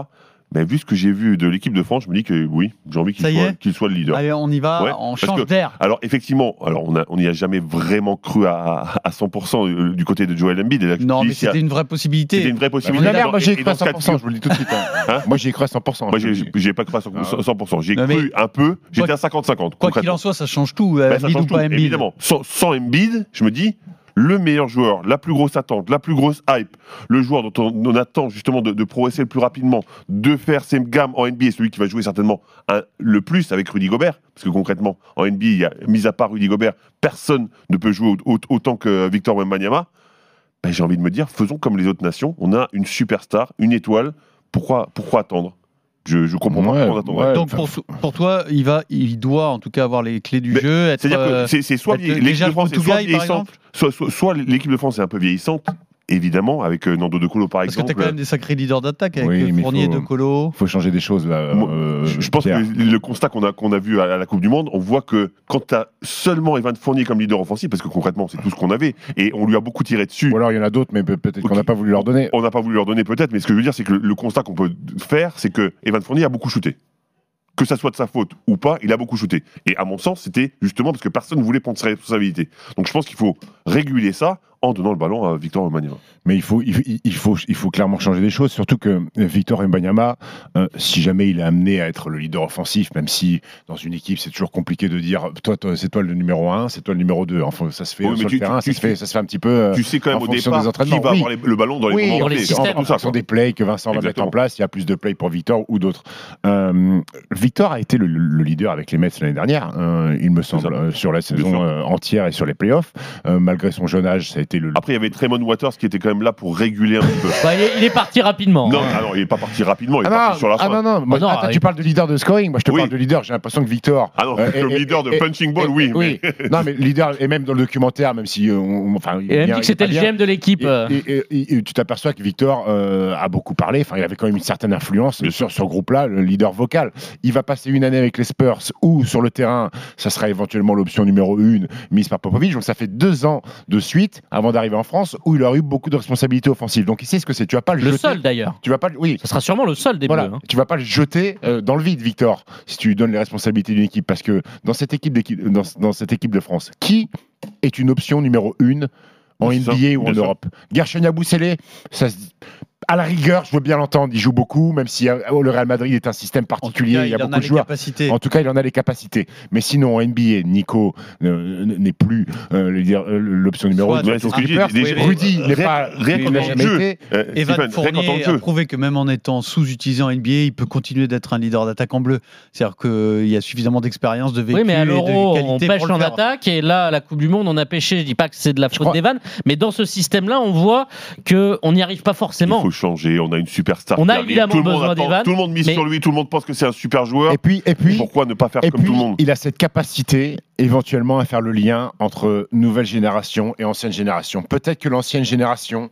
G: Mais vu ce que j'ai vu de l'équipe de France, je me dis que oui, j'ai envie qu'il
F: Ça y
G: soit,
F: est Ah,
G: qu'il soit le leader.
F: Allez, on y va,
G: Ouais,
F: on
G: parce
F: change
G: que- Ah,
F: d'air.
G: Alors effectivement, alors on a- on n'y a jamais vraiment cru à, à 100% euh, du côté de Joel Embiid. Et là, je
F: Non,
G: dis,
F: mais
G: c'est-
F: c'était une Bah, vraie
G: c'était
F: possibilité.
G: une vraie
H: Vous
G: possibilité.
H: avez l'air,
G: Et
H: moi
G: dans-
H: j'ai
G: et
H: cru
G: dans
H: à
G: ce cas de
H: 100%,
G: figure-
H: je vous le dis tout de suite. hein.
G: Hein
H: moi j'ai cru à 100%.
G: Moi,
H: je vous
G: j'ai
H: le dis.
G: j'ai pas cru à 100%. J'ai
F: Non, mais-
G: cru un peu. J'étais
F: Quoi-
G: à 50-50.
F: Quoi
G: concrètement.
F: qu'il en soit, ça change tout, euh,
G: Ben, ça
F: Embiid
G: change
F: ou pas
G: tout,
F: Embiid.
G: évidemment. Sans, sans Embiid, je me dis, le meilleur joueur, la plus grosse attente, la plus grosse hype, le joueur dont on, on attend justement de, de progresser le plus rapidement, de faire ses gammes en NBA, celui qui va jouer certainement un- le plus avec Rudy Gobert, parce que concrètement, en NBA, il y a- mis à part Rudy Gobert, personne ne peut jouer au- au- autant que Victor Wembanyama. Ben, J'ai envie de me dire, faisons comme les autres nations, on a une superstar, une étoile, pourquoi, pourquoi attendre je, je comprends
H: Ouais,
G: pas pourquoi on attendrait.
H: ouais.
F: Donc
H: Enfin,
F: pour, pour toi, il, va, il doit en tout cas avoir les clés du
G: Mais
F: jeu. être,
G: C'est-à-dire
F: euh,
G: que c'est- c'est soit
F: être
G: l'équipe
F: déjà
G: de
F: le
G: France est soit
F: Portugal, par
G: vieillissante,
F: exemple
G: soit, soit, soit l'équipe de France est un peu vieillissante, évidemment, avec euh, Nando De Colo par
F: Parce que t'as
G: exemple. euh,
F: quand même des sacrés leaders d'attaque avec
H: Oui, mais
F: Fournier,
H: faut-
F: De Colo.
H: faut changer des choses là.
G: Moi,
H: euh,
G: je je pense
H: Pierre.
G: que le constat qu'on a, qu'on a vu à la- à la Coupe du Monde, on voit que quand tu as seulement Evan Fournier comme leader offensif, parce que concrètement c'est tout ce qu'on avait, et on lui a beaucoup tiré dessus,
H: Ou alors il y en a d'autres, mais peut- peut-être qu'on
G: Ok.
H: n'a pas voulu leur donner.
G: on n'a pas voulu leur donner peut-être, mais ce que je veux dire c'est que le, le constat qu'on peut faire, c'est que Evan Fournier a beaucoup shooté. que ça soit de sa faute ou pas, il a beaucoup shooté. Et à mon sens, c'était justement parce que personne ne voulait prendre ses responsabilités. Donc je pense qu'il faut réguler ça en donnant le ballon à Victor Wembanyama.
H: Mais il faut, il, il faut, il faut clairement changer des choses, surtout que euh, Victor Mbanyama, euh, si jamais il est amené à être le leader offensif, même si dans une équipe c'est toujours compliqué de dire toi, toi, c'est toi le numéro 1, c'est toi le numéro 2, enfin ça se fait
G: Oui,
H: euh,
G: mais
H: sur
G: tu-
H: le terrain,
G: tu-
H: ça, se fait, ça se fait un petit peu euh,
G: tu sais quand
H: en
G: même au
H: fonction
G: départ
H: des
G: qui
H: entraînements.
G: va
H: Oui.
G: avoir les- le ballon dans les
H: Oui,
G: moments
H: en
G: clés.
H: fonction-
G: Tout
H: en
G: ça,
H: fonction
G: quoi.
H: des plays que Vincent va mettre
G: Exactement.
H: en place, il y a plus de plays pour Victor ou d'autres. Euh, Victor a été le, le leader avec les Mets l'année dernière, euh, il me semble, euh, sur la saison euh, entière et sur les playoffs. Euh, malgré son jeune âge, ça a été le,
G: Après, il y avait Tremont Waters qui était quand même là pour réguler un petit peu.
I: Bah, il, est, il est parti rapidement.
G: Non,
I: hein.
G: ah non, il n'est pas parti rapidement, il est
H: Ah
G: parti
H: non,
G: sur la fin.
H: ah non, non, moi,
I: Ah non,
H: attends,
I: ah,
H: tu parles de leader de scoring, moi je te
G: Oui.
H: parle de leader, j'ai l'impression que Victor.
G: Ah non,
H: euh,
G: le
H: est-
G: leader
H: est-
G: de
H: est-
G: punching ball,
H: est-
G: oui.
H: oui. non, mais leader, et même dans le documentaire, même si. euh, on- enfin,
I: Il a
H: bien-
I: même dit que
H: il est pas
I: c'était le
H: bien.
I: GM de l'équipe.
H: Et-
I: euh.
H: et- et- et- et tu t'aperçois que Victor euh, a beaucoup parlé, enfin il avait quand même une certaine influence sur ce groupe-là, le leader vocal. Il va passer une année avec les Spurs ou sur le terrain, ça sera éventuellement l'option numéro une mise par Popovic. Donc ça fait deux ans de suite avant d'arriver en France où il aura eu beaucoup de responsabilités offensives. Donc il sait ce que c'est. Tu vas pas le,
I: Le
H: jeter.
I: seul d'ailleurs.
H: Tu vas pas, le- oui.
I: Ça sera sûrement le seul des
H: Voilà,
I: Bleus. hein.
H: tu vas pas le jeter euh, dans le vide, Victor, si tu lui donnes les responsabilités d'une équipe, parce que dans cette équipe, d'équipe- dans, dans cette équipe de France, qui est une option numéro une en
G: Bien sûr,
H: NBA ou en
G: bien sûr.
H: Europe Gershon Boussélé, ça se dit- À la rigueur, je veux bien l'entendre, il joue beaucoup, même si euh, le Real Madrid est un système particulier, il y a
F: en
H: beaucoup de
F: les
H: joueurs.
F: capacités.
H: En tout cas, il en a les capacités. Mais sinon, en NBA, Nico euh, n'est plus euh, le dire- euh, l'option numéro
F: Soit
H: 1.
F: tu-
G: Ouais, c'est ce que je dis,
F: Clippers,
G: des-
F: oui, oui.
H: Rudy n'est
G: Rien-
H: pas.
G: rien
H: il
G: qu'en
H: n'a
G: tant que
H: jamais
G: jeu.
H: été.
G: Euh, Stéphane,
F: Evan
G: rien qu'en tant
F: Fournier
G: que
F: a
G: jeu.
F: prouvé que même en étant sous-utilisé en NBA, il peut continuer d'être un leader d'attaque en bleu. C'est-à-dire qu'il y a suffisamment d'expérience, de vécu
I: Oui, mais à
F: et de
I: l'Euro, on
F: qualité
I: pêche
F: pour le
I: en
F: faire.
I: attaque et là, à la Coupe du Monde, on a pêché. Je dis pas que c'est de la faute
H: crois-
I: d'Evan, mais dans ce système-là, on voit que on n'y arrive pas
G: Il
I: forcément.
G: faut changer, on a une superstar.
I: On
G: qui
I: a
G: arrive,
I: évidemment
G: tout le monde
I: besoin
G: attend,
I: d'Evan,
G: Tout le monde mise
I: mais-
G: sur lui, tout le monde pense que c'est un super joueur.
H: Et puis, et puis,
G: Pourquoi ne pas faire
H: Et
G: comme
H: puis,
G: tout le monde
H: il a cette capacité éventuellement à faire le lien entre nouvelle génération et ancienne génération. Peut-être que l'ancienne génération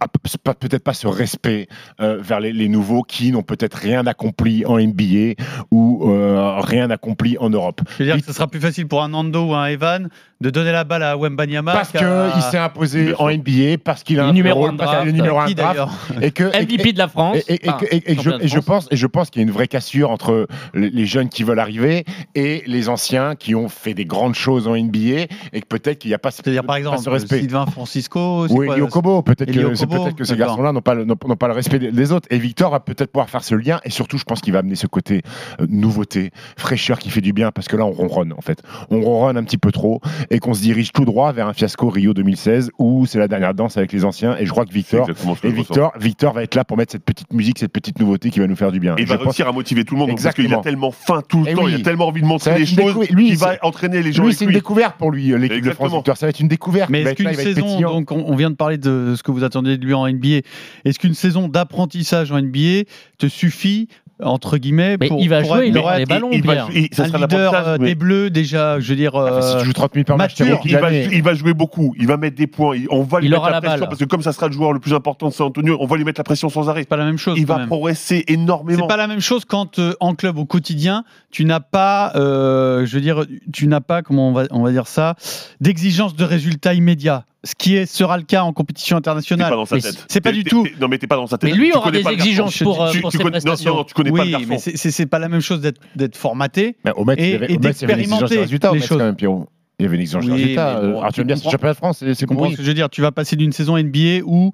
H: a p- pas- peut-être pas ce respect euh, vers les, les nouveaux qui n'ont peut-être rien accompli en NBA ou euh, rien accompli en Europe.
F: Je veux dire que ce sera plus facile pour un Nando ou un Evan de donner la balle à Wembanyama
H: Parce
F: qu'à-
H: qu'il s'est imposé
G: Bien sûr.
H: en NBA, parce qu'il a
I: Il est
H: un
I: numéro
H: rôle,
I: un de
H: parce qu'il est
I: draft.
H: numéro un
F: qui
H: de draft,
F: d'ailleurs
H: et que et- et-
I: MVP de la France.
H: Et, et- et-
I: enfin,
H: et- et- et- je,
I: Ah, champion de
H: et je
I: France.
H: pense, et je pense qu'il y a une vraie cassure entre les, les jeunes qui veulent arriver et les anciens qui ont fait des grandes choses en NBA et que peut-être qu'il n'y a pas, ce-
F: C'est-à-dire par
H: pas
F: exemple
H: ce respect.
F: Sylvain Francisco, c'est
H: Oui,
F: quoi,
H: Yokobo, peut-être
F: Eli
H: que, c'est
F: Okobo,
H: peut-être que ces
F: d'accord.
H: garçons-là n'ont pas, le- n'ont n'ont pas le respect des, des autres. Et Victor va peut-être pouvoir faire ce lien. Et surtout, je pense qu'il va amener ce côté euh, nouveauté, fraîcheur qui fait du bien. Parce que là, on ronronne, en fait. On ronronne un petit peu trop et qu'on se dirige tout droit vers un fiasco Rio 2016 où c'est la dernière danse avec les anciens. Et je crois que
G: C'est
H: Victor
G: exactement ce que
H: et
G: je ressens.
H: Victor, Victor va être là pour mettre cette petite musique, cette petite nouveauté qui va nous faire du bien.
G: Et il
H: Je
G: va
H: pense-
G: réussir à motiver tout le monde donc, parce qu'il a
H: Exactement.
G: tellement faim tout le
H: Eh
G: temps, il a
H: oui.
G: tellement envie de
H: Ça
G: montrer
H: va
G: les
H: être une
G: choses
H: décou- lui,
G: qu'il va
H: c'est-
G: entraîner les gens
H: Lui,
G: avec
H: c'est une
G: lui.
H: découverte pour lui, euh, l'équipe de France
G: Exactement.
H: Victor. Ça va être une découverte.
F: Mais
H: Il va
F: est-ce
H: être là,
F: qu'une
H: il va être
F: saison,
H: pétillant.
F: donc on on vient de parler de ce que vous attendez de lui en NBA, est-ce qu'une saison d'apprentissage en NBA te suffit entre guillemets
I: Mais
F: pour,
I: il va
F: pour
I: jouer,
F: être
I: il aura les
F: être
I: ballons,
G: Il- il va-
I: Pierre.
G: il- ça
F: un
G: sera
F: leader
G: l'apprentissage,
F: euh,
G: mais- Ah,
F: des Bleus déjà, je veux dire.
H: Enfin, Ah, bah, si
F: euh,
H: tu joues 30 000 par match, t'es
F: mature,
H: rookie de
G: il va,
H: l'année.
G: il va jouer beaucoup, il va mettre des points, il- on va lui
I: Il
G: mettre
I: aura
G: la,
I: la
G: pression
I: balle.
G: parce que comme ça sera le joueur le plus important de San Antonio, on va lui mettre la pression sans arrêt.
F: c'est pas la même chose.
G: Il
F: quand
G: va
F: même.
G: progresser
F: C'est
G: énormément.
F: pas la même chose quand euh, en club au quotidien, tu n'as pas, euh, je veux dire, tu n'as pas, comment on va, on va dire ça, d'exigence de résultat immédiat. Ce qui est, sera le cas en compétition
G: T'es
F: internationale.
G: pas dans sa
I: Mais
G: tête.
F: c'est pas
G: T'es-
F: du
G: t'es-
F: tout.
G: t'es- Non mais t'es pas dans sa tête.
I: Mais lui
G: Tu
I: aura
G: connais
I: des
G: pas le garçon.
I: exigences pour, euh,
G: Tu-
I: pour
G: tu
I: ses
G: connais- non,
I: prestations.
G: non, non, tu connais pas le
F: oui,
G: garçon.
F: mais c'est- c'est c'est pas la même chose d'être- d'être formaté.
H: Mais au Met, il y
F: Et-
H: avait-
F: et
H: au Met, il y avait une exigence
F: d'expérimenter
H: de résultat. Au
F: les
H: Met, quand
F: choses.
H: même, Pierrot. Il y avait une exigence de
F: Oui,
H: résultat.
F: mais bon,
H: Euh, Alors, tu vas me dire, c'est
F: comprends-
H: le championnat de France, c'est- c'est
F: Tu comprends
H: compris.
F: ce que je veux dire Tu vas passer d'une saison NBA où,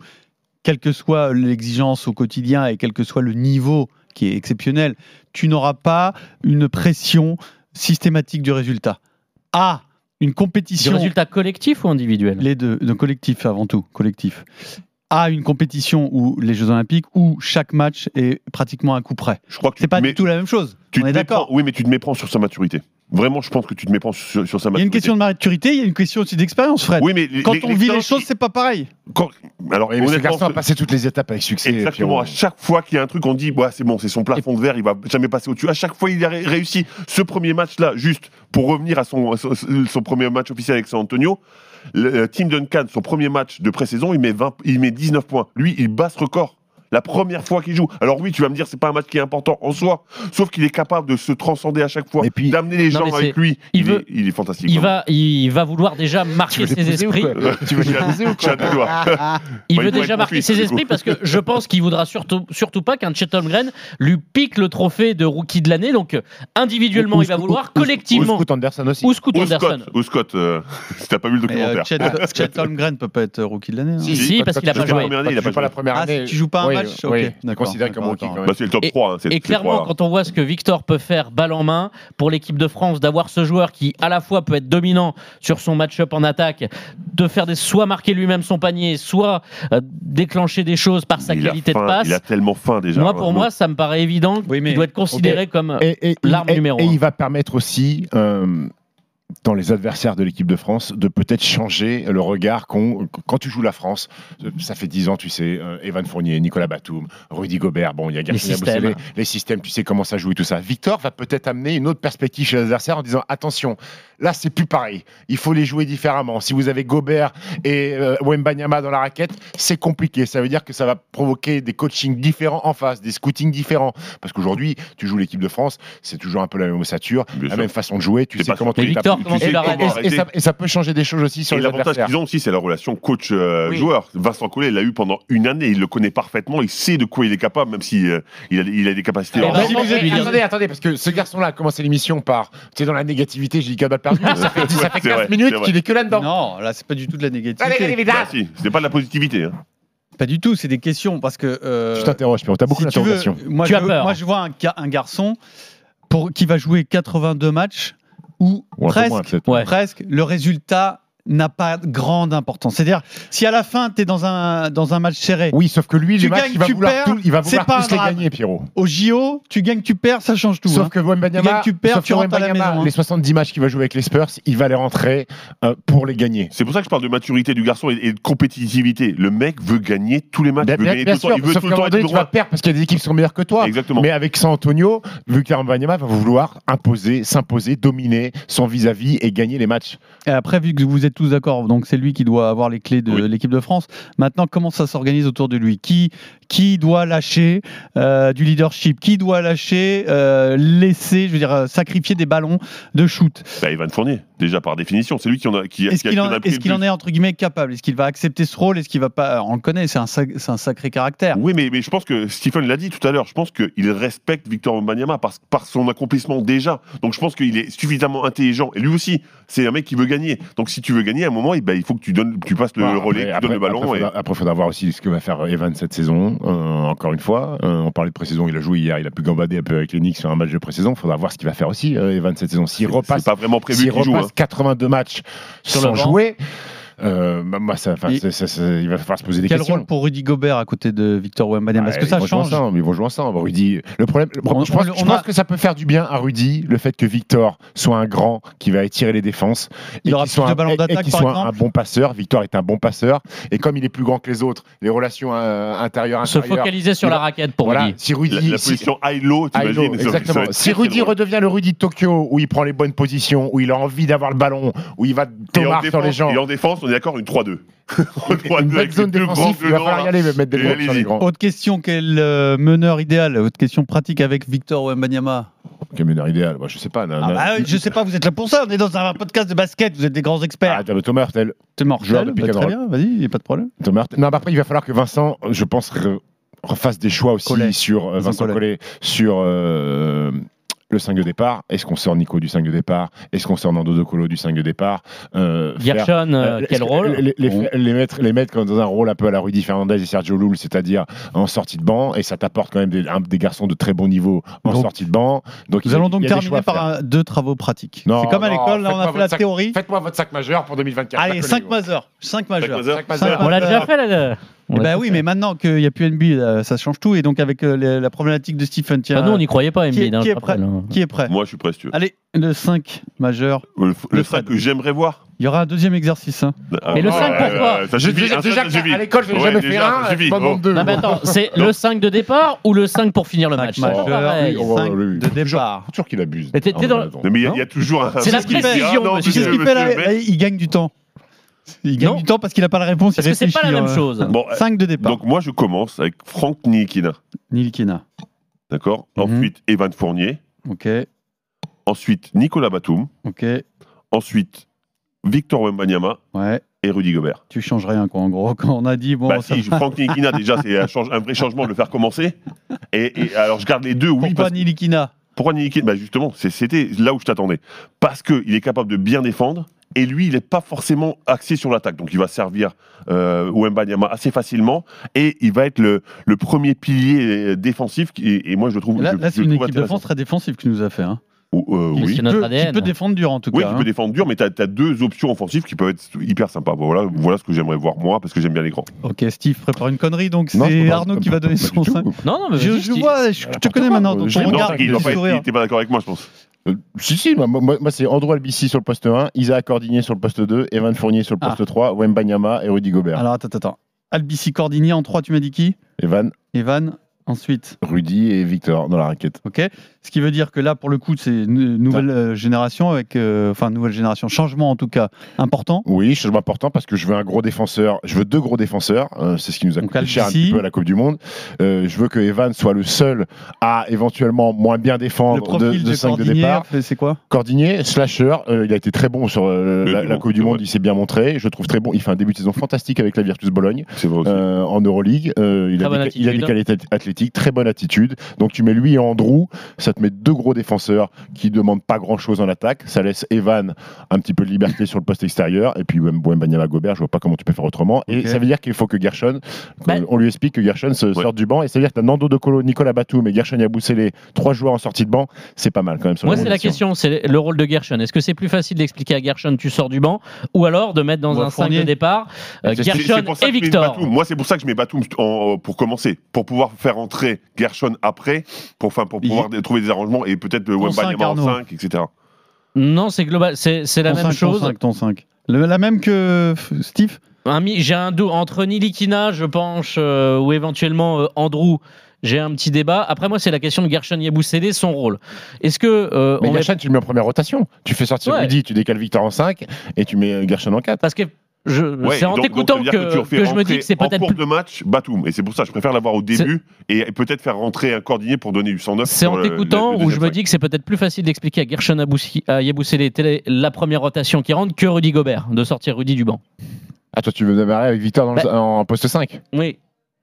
F: quelle que soit l'exigence au quotidien et quel que soit le niveau qui est exceptionnel, tu n'auras pas une pression systématique du résultat. À une
I: Du
F: compétition,
I: résultat collectif ou individuel
F: les deux, de collectif avant tout, collectif. À une compétition ou les Jeux Olympiques où chaque match est pratiquement un coup près.
G: Je crois que
F: C'est
G: tu-
F: pas
G: mais
F: du tout la même chose.
G: tu
F: On
G: te
F: est
G: méprends-
F: d'accord.
G: Oui, mais tu te méprends sur sa maturité. Vraiment, je pense que tu te méprends sur, sur
F: Il y
G: sa
F: a
G: maturité.
F: une question de maturité, il y a une question aussi d'expérience, Fred.
G: Oui, mais les-
F: Quand
G: les-
F: on vit les
G: l'expérience-
F: choses, c'est pas pareil.
G: quand- Alors,
H: Et ce
G: honnêtement,
H: garçon a
G: ce-
H: passé toutes les étapes avec succès.
G: Exactement.
H: Pierrot.
G: À chaque fois qu'il y a un truc, on dit, ouais, c'est bon, c'est son plafond de verre, il va jamais passer au-dessus. À chaque fois, il a ré- réussi ce premier match-là, juste pour revenir à son, à son, son premier match officiel avec San Antonio. Le, euh, Tim Duncan, son premier match de pré-saison, il met 20, il met 19 points. Lui, il bat ce record. La première fois qu'il joue. Alors oui, tu vas me dire, c'est pas un match qui est important en soi. Sauf qu'il est capable de se transcender à chaque fois, d'amener les
I: Non,
G: gens
I: mais
G: avec
I: c'est-
G: lui.
I: il
G: Il,
I: veut-
G: est, il est fantastique.
I: Il
G: vraiment.
I: va, il va vouloir déjà marquer
G: veux
I: ses
G: l'épouser ou
I: esprits.
F: euh,
G: quoi Tu veux l'épouser ou quoi Tu as deux doigts.
I: Il
G: Bah,
I: veut
G: il pourrait
I: déjà
G: être
I: marquer
G: mon fils,
I: ses
G: du
I: esprits
G: coup.
I: parce que je pense qu'il voudra surtout, surtout pas qu'un Chet Holmgren lui pique le trophée de rookie de l'année. Donc euh, individuellement,
G: Ou-
I: il va
G: ou-
I: vouloir
G: ou- ou-
I: collectivement.
G: ou Scoot
H: Anderson aussi.
I: Ou Scoot Anderson.
G: Scott, ou Scott euh, si t'as pas vu le
F: Mais, euh,
G: documentaire.
F: Chet, Chet Holmgren peut pas être rookie de l'année. hein.
I: Si, Si, si, parce parce qu'il a que pas tu joues joué. la première
G: année, il a
H: Bah,
G: pas
H: Tu joues pas
G: joué.
H: la première
F: Ah,
H: année.
F: si tu joues pas un
H: Oui,
F: match, ok,
H: oui, il est
F: d'accord,
H: considéré comme
F: d'accord,
H: rookie.
F: d'accord.
H: quand même.
G: Bah, c'est le top
I: Et-
G: 3. hein, c'est-
I: Et
G: c'est
I: clairement,
G: trois.
I: quand on voit ce que Victor peut faire balle en main pour l'équipe de France, d'avoir ce joueur qui à la fois peut être dominant sur son match-up en attaque, de faire des, soit marquer lui-même son panier, soit euh, déclencher des choses par sa
G: Il a
I: qualité de
G: faim,
I: passe.
G: Il a tellement faim déjà.
I: Moi, pour
G: Arnaud.
I: moi, ça me paraît évident
F: Oui, mais-
I: qu'il doit être considéré
H: Ok.
I: comme euh,
H: Et- et-
I: l'arme
H: et-
I: numéro
H: Et
I: 1.
H: il va permettre aussi, euh, dans les adversaires de l'équipe de France, de peut-être changer le regard qu'on. Quand tu joues la France, euh, ça fait 10 ans, tu sais, euh, Evan Fournier, Nicolas Batum, Rudy Gobert, bon, il y a Garcia
I: systèmes.
H: Bousselet, les systèmes, tu sais comment ça joue et tout ça. Victor va peut-être amener une autre perspective chez l'adversaire en disant attention, là, c'est plus pareil. Il faut les jouer différemment. Si vous avez Gobert et euh, Wembanyama dans la raquette, c'est compliqué. Ça veut dire que ça va provoquer des coachings différents en face, des scootings différents. Parce qu'aujourd'hui, tu joues l'équipe de France, c'est toujours un peu la même ossature,
G: Bien
H: la
G: sûr.
H: même façon de jouer. Tu
G: T'es
H: sais
G: pas
H: comment
G: sûr.
H: tu
I: Mais
H: les tapes.
I: Victor, comment
H: Tu
I: tu
H: sais-
I: l'as arrêté
H: et- et- et ça- Et ça peut changer des choses aussi sur
G: Et
H: les
G: l'avantage
H: adversaires.
G: qu'ils ont aussi, c'est la relation coach-joueur. Vincent Collet, il l'a eu pendant une année. Il le connaît parfaitement. Il sait de quoi il est capable, même s'il si, euh, il a, il a des capacités.
I: Alors,
G: hors
I: bah,
G: normes.
I: Vincent- obligé de lui dire.
H: attendez, attendez, parce que ce garçon-là a commencé l'émission par. Tu sais, dans la négativité, j'ai dit 4 balles perdues. Ça fait, ça fait
G: Euh, C'est
H: 15
G: vrai, c'est
H: minutes
G: vrai.
H: qu'il est que là-dedans.
F: Non, là, c'est pas du tout de la négativité.
H: Allez, allez,
G: Bah,
H: vite,
G: si, c'est pas de la positivité. hein.
F: Pas du tout, c'est des questions parce que. euh,
H: Tu t'interroges, Pierrot, t'as beaucoup
F: si tu veux, euh,
H: d'interrogations.
F: Moi,
I: Tu
F: je,
I: as peur.
H: hein.
F: moi, je vois un, ga- un garçon pour, qui va jouer 82 matchs où
H: Ou un peu
F: presque,
H: moins, peut-être.
I: Ouais.
F: presque le résultat n'a pas grande importance. C'est-à-dire, si à la fin, tu es dans un, dans un match serré,
H: Oui, sauf que lui,
F: Tu
H: les matchs,
F: gagnes,
H: il va
F: tu
H: vouloir,
F: perds,
H: tout- il va
F: c'est
H: vouloir
F: pas
H: tous les
F: grave.
H: gagner, Pierrot.
F: au JO, tu gagnes, tu perds, ça change tout.
H: Sauf
F: hein.
H: que
F: Tu
H: Wembanyama,
F: gagnes, tu perds,
H: sauf
F: tu
H: que
F: rentres à la
H: Wembanyama,
F: maison, hein.
H: les 70 matchs qu'il va jouer avec les Spurs, il va les rentrer euh, pour les gagner.
G: C'est pour ça que je parle de maturité du garçon et, et de compétitivité. Le mec veut gagner tous les matchs.
H: Bien,
G: il veut
H: bien-
G: gagner
H: bien
G: tout le temps.
H: sûr,
G: Il veut
H: sauf
G: tout
H: qu'à
G: le temps
H: un moment
G: être
H: donné, tu vas
G: droit.
H: perdre parce qu'il y a des équipes qui sont meilleures que toi.
G: Exactement.
H: Mais avec San Antonio, vu que Wembanyama va vouloir imposer, s'imposer, dominer son vis-à-vis et gagner les matchs.
F: Et après, vu que vous êtes tous d'accord, donc c'est lui qui doit avoir les clés de
G: Oui.
F: l'équipe de France. Maintenant, comment ça s'organise autour de lui qui, qui doit lâcher euh, du leadership Qui doit lâcher, euh, laisser, je veux dire, euh, sacrifier des ballons de shoot
G: Bah, Evan Fournier, déjà par définition. C'est lui qui en a. Qui,
F: Est-ce
G: qui a-
F: qu'il
G: qui
F: en,
G: a pris
F: est-ce
G: le
F: qu'il
G: plus.
F: en est, entre guillemets, capable Est-ce qu'il va accepter ce rôle Est-ce qu'il va pas. euh, On le connaît, c'est un, sac- c'est un sacré caractère.
G: Oui, mais, mais je pense que Stephen l'a dit tout à l'heure. Je pense qu'il respecte Victor Wembanyama par, par son accomplissement déjà. Donc je pense qu'il est suffisamment intelligent. Et lui aussi, c'est un mec qui veut gagner. Donc si tu veux gagner, à un moment, eh ben, il faut que tu donnes, tu passes le
H: Voilà,
G: relais, que tu donnes le ballon.
H: Bah, Après,
G: et-
H: faudra- après, faudra voir aussi ce que va faire Evan cette saison. Euh, encore une fois, euh, on parlait de pré-saison, il a joué hier, il a pu gambader un peu avec les Knicks sur un match de pré-saison. Faudra voir ce qu'il va faire aussi, euh, Evan cette saison. S'il
G: c'est-
H: repasse
G: c'est pas vraiment prévu
H: S'il
G: qu'il joue.
H: repasse
G: hein.
H: 82 matchs
I: Sur
H: sans
I: le banc.
H: jouer, euh, bah, moi, ça, enfin,
F: Et-
H: c'est- c'est- c'est- il va falloir se poser des
F: Quel
H: questions.
F: rôle pour Rudy Gobert à côté de Victor Wembanyama Parce
H: Ah Ouais,
F: que ça
H: ils vont jouer
F: change.
H: ensemble, Ils vont jouer ensemble, Rudy. Le problème, le problème-
F: On-
H: je pense,
F: on-
H: je
F: on
H: pense
F: a-
H: que ça peut faire du bien à Rudy, le fait que Victor soit un grand qui va étirer les défenses.
F: Il aura
H: qu'il
F: plus
H: soit
F: de
H: un-
F: ballons
H: et- et
F: d'attaque,
H: qu'il
F: par
H: soit
F: exemple.
H: un bon passeur. Victor est un bon passeur. Et comme il est plus grand que les autres, les relations euh, intérieures,
I: Se
H: intérieures.
I: focaliser sur
H: Il
I: la
H: va-
I: raquette pour
H: voilà,
I: lui.
H: si
G: La,
H: Rudy,
G: la
H: si-
G: position high-low,
H: I know,
G: t'imagines ça- ça va être
H: exactement.
G: très,
H: Si
G: très
H: Rudy
G: drôle.
H: redevient le Rudy de Tokyo, où il prend les bonnes positions, où il a envie d'avoir le ballon, où il va
G: Et en,
H: tomber sur les
G: défense,
H: gens,
G: et en défense, on est d'accord, une 3-2. Une
H: une
G: 3-2
H: belle
G: avec
H: zone
G: les deux grands
H: défensive, il va
G: dedans,
H: falloir y
G: là.
H: aller, mettre des
G: Et
H: ballons sur les
G: allez-y.
H: grands.
F: Autre question, quel euh, meneur idéal Autre question pratique avec Victor Wembanyama
H: Quel meneur idéal Bah, Je sais pas.
F: Ah
H: là, là-
F: bah, euh, je sais pas, vous êtes là pour ça. On est dans un podcast de basket, vous êtes des grands experts.
H: Ah, t'as le Thomas Hurtel.
F: T'es
H: joueur de
F: mortel,
H: pick
F: bah, très
H: and roll.
F: bien, vas-y, y a pas de problème.
H: Thomas Hurtel. Non, mais après, il va falloir que Vincent, euh, je pense, re- refasse des choix aussi
F: Collet.
H: sur euh,
F: Vincent
H: Vincent Collet, sur euh, le 5 de départ. Est-ce qu'on sort Nico du 5 de départ Est-ce qu'on sort Nando De Colo du 5 de départ Euh, faire-
I: Gershon, euh,
H: Euh, est-ce
I: quel
H: que
I: rôle
H: les, les- les- les mettre, les mettre comme dans un rôle un peu à la Rudy Fernandez et Sergio Lul, c'est-à-dire en sortie de banc, et ça t'apporte quand même des, un- des garçons de très bon niveau en
F: Donc,
H: sortie de banc. Donc il
F: Nous
H: y a-
F: allons
H: il
F: donc
H: y a des choix
F: terminer
H: à
F: par
H: faire.
F: un- deux travaux pratiques.
H: Non,
F: C'est comme à
H: non,
F: l'école, là on a
H: faites-moi
F: fait la
H: votre sac-
F: théorie.
H: Faites-moi votre sac majeur pour 2024.
F: Allez,
H: ça
F: 5
H: connaît,
F: majeurs. 5
G: Cinq
F: majeurs.
G: Mazars.
H: Cinq majeurs.
F: Cinq
I: On l'a
F: majeurs.
I: déjà fait là. on
F: Eh ben
I: l'a déjà
F: oui,
I: fait.
F: mais maintenant qu'il n'y a plus NB, là, ça change tout. Et donc avec euh, les- la problématique de Stephen, tiens,
I: Ah, nous, on n'y croyait pas,
F: qui est-
I: Embiid. hein,
F: qui
I: je
F: est prêt
I: rappelle, hein.
F: qui est prêt
G: Moi, je suis prêt, si tu veux.
F: Allez, le 5 majeur.
G: Le,
F: Le
G: le
F: Fred.
G: 5 que j'aimerais voir.
F: Il y aura un deuxième exercice. hein.
I: Mais le
G: Ah,
I: cinq,
G: ouais,
I: pourquoi
G: ouais, ouais, ça
H: Je
G: suffit,
H: disais
G: un
H: déjà
G: seul, ça
H: qu'à
G: suffit.
H: à l'école, je n'ai
G: hein, Ouais,
H: jamais fait
G: déjà,
H: un.
G: ça suffit.
H: pas
G: Oh.
H: deux.
I: Non, mais attends, c'est le 5 de départ ou le 5 pour finir le
F: 5
I: match C'est pas
F: majeurs,
I: pareil.
H: oui, on va-
F: cinq
H: oui, oui.
F: de départ.
H: Toujours qu'il abuse.
I: Mais t'es- t'es dans-
H: Non,
G: Mais il y a- il y, a toujours un.
I: C'est la
G: qui dit, ah
I: précision,
G: non,
I: monsieur.
F: Tu sais ce
G: monsieur,
F: qu'il fait
G: monsieur,
F: là
G: mais-
F: Il gagne du temps. Il gagne du temps parce qu'il n'a pas la réponse.
I: Parce que c'est pas la même chose.
G: Bon, euh,
F: 5 de départ.
G: Donc moi, je commence avec Franck Nilikina.
F: Nilikina.
G: D'accord
F: Mhm.
G: Ensuite, Evan Fournier.
F: Ok,
G: Ensuite, Nicolas Batum.
F: ok.
G: Ensuite, Victor Wembanyama
F: Ouais.
G: et Rudy Gobert.
F: Tu changes rien, quoi. En gros, quand on a dit, bon,
G: bah
F: ça
G: si, je- Franck Nilikina, déjà, c'est un, change- un vrai changement de le faire commencer. Et, et alors, je garde les deux, oui.
F: Pourquoi
G: parce-
F: Nilikina
G: Pourquoi Nilikina Bah justement, c'est- c'était là où je t'attendais. Parce qu'il est capable de bien défendre. Et lui, il n'est pas forcément axé sur l'attaque. Donc, il va servir euh, Wembanyama assez facilement. Et il va être le, le premier pilier euh, défensif. qui- Et, et moi, je le trouve.
F: Là,
G: je-
F: là,
G: je
F: c'est
G: le
F: une
G: trouve
F: équipe de
G: intéressant.
F: France très défensive qui nous a fait. Hein.
G: Ou- euh,
I: Qui-
G: oui.
I: C'est notre
F: Peut- qui
I: ADN.
F: peut défendre dur, en tout
G: Oui,
F: cas.
G: tu
F: hein.
G: peux défendre dur, mais tu as, deux options offensives qui peuvent être hyper sympas. Voilà, voilà ce que j'aimerais voir moi, parce que j'aime bien les grands.
F: Ok, Steve prépare une connerie, donc
H: Non, je
F: c'est
H: peux pas-
F: Arnaud
H: pas-
F: qui va donner
H: pas du
F: son
H: tout.
F: 5.
I: Non, non, mais
F: Je,
I: vas-y,
F: je
I: dis-
F: vois, je je te connais
H: quoi,
F: maintenant,
H: euh,
F: donc
H: je
F: ton
H: vais
F: regard,
H: marquer,
G: il
F: le
G: doit pas être- il
F: sourire.
G: était pas d'accord avec moi, je pense.
H: Euh, Si, si, moi, moi, moi, c'est Andrew Albici sur le poste 1, Isaac Cordigné sur le poste 2, Evan Fournier sur le poste 3, Wembanyama et Rudy Gobert.
F: Ah. Alors, attends, attends. Albici Cordigny en 3, tu m'as dit qui
H: Evan,
F: Evan, ensuite.
H: Rudy et Victor dans la raquette.
F: Ok. Ce qui veut dire que là, pour le coup, c'est une nouvelle euh, génération avec, euh, enfin, nouvelle génération, changement en tout cas important.
H: Oui, changement important parce que je veux un gros défenseur. Je veux deux gros défenseurs. euh, c'est ce qui nous a
F: Donc,
H: coûté cher un
F: Albici.
H: petit peu à la Coupe du Monde. Euh, je veux que Evan soit le seul à éventuellement moins bien
G: Oh,
F: Le
H: défendre de,
F: profil
H: de
F: de
H: 5 de
F: Cordigny,
H: départ.
F: c'est quoi
H: Cordigné, slasher, euh, il a été très bon sur euh,
G: Le
H: la,
G: du
H: la
G: monde,
H: Coupe du
G: c'est
H: Monde,
G: vrai.
H: il s'est bien montré. Je trouve très bon. Il fait un début de saison fantastique avec la Virtus Bologne
G: C'est vrai aussi.
H: euh, en Euroleague. Euh, il,
I: Très
H: a
I: bonne
H: des, il a des
I: attitude.
H: qualités athlétiques, très bonne attitude. Donc tu mets lui et Andrew, ça te met deux gros défenseurs qui demandent pas grand-chose en attaque. Ça laisse Evan un petit peu de liberté sur le poste extérieur. Et puis Wem- Wembanyama Gobert, je vois pas comment tu peux faire autrement. Et
F: Ok.
H: ça veut dire qu'il faut que Gershon,
I: Bah-
H: on lui explique que Gershon se
G: Ouais.
H: sorte du banc. Et ça veut dire que tu Nando De Colo, Nicolas Batum et Gershon Yabusele, trois joueurs en sortie de banc, c'est pas mal quand même. sur
I: Moi, c'est la
H: rotation.
I: question, c'est le rôle de Gershon. Est-ce que c'est plus facile d'expliquer à Gershon tu sors du banc ou alors de mettre dans
F: Moi,
I: un 5
F: Fournier.
I: de départ euh,
G: C'est- c'est- c'est
I: Gershon
G: pour ça
I: et
G: que je mets
I: Victor
G: Batum. Moi, c'est pour ça que je mets Batum en- euh, pour commencer, pour pouvoir faire entrer Gershon après, pour, enfin, pour
F: Il-
G: pouvoir dé- trouver des arrangements et peut-être le
F: Ton cinq,
G: Wembanyama en
F: Arnaud.
G: 5, etc.
I: Non, c'est global, c'est c'est la
F: ton
I: même
F: cinq, Ton
I: chose.
F: 5, ton 5. Le- la même que F- Steve
I: Un mi- J'ai un doute entre Nilikina, je penche, euh, ou éventuellement euh, Andrew. J'ai un petit débat. Après, moi, c'est la question de Gershon Yabusele, son rôle. Est-ce que euh,
H: Mais
I: on met-
H: Gershon, tu le mets en première rotation. Tu fais sortir
I: Ouais.
H: Rudy, tu décales Victor en 5 et tu mets euh, Gershon en 4.
I: parce que je-
G: Ouais,
I: c'est en
G: donc- donc, ça
I: t'écoutant
G: veut
I: que,
G: dire tu refais
I: que je me dis
G: rentrer
I: que c'est
G: En
I: peut-être
G: cours
I: plus-
G: de match, Batum. Et c'est pour ça je préfère l'avoir au début et et peut-être faire rentrer un coordonné pour donner du 109.
I: C'est
G: sur
I: en
G: le-
I: t'écoutant
G: le- le
I: où je me
G: deuxième
I: dis que c'est peut-être plus facile d'expliquer à Gershon Aboussi- à Yabusele telle est la première rotation qui rentre que Rudy Gobert, de sortir Rudy du banc.
H: Ah, toi, tu veux démarrer avec Victor dans le-
I: Bah-
H: en poste 5
I: Oui.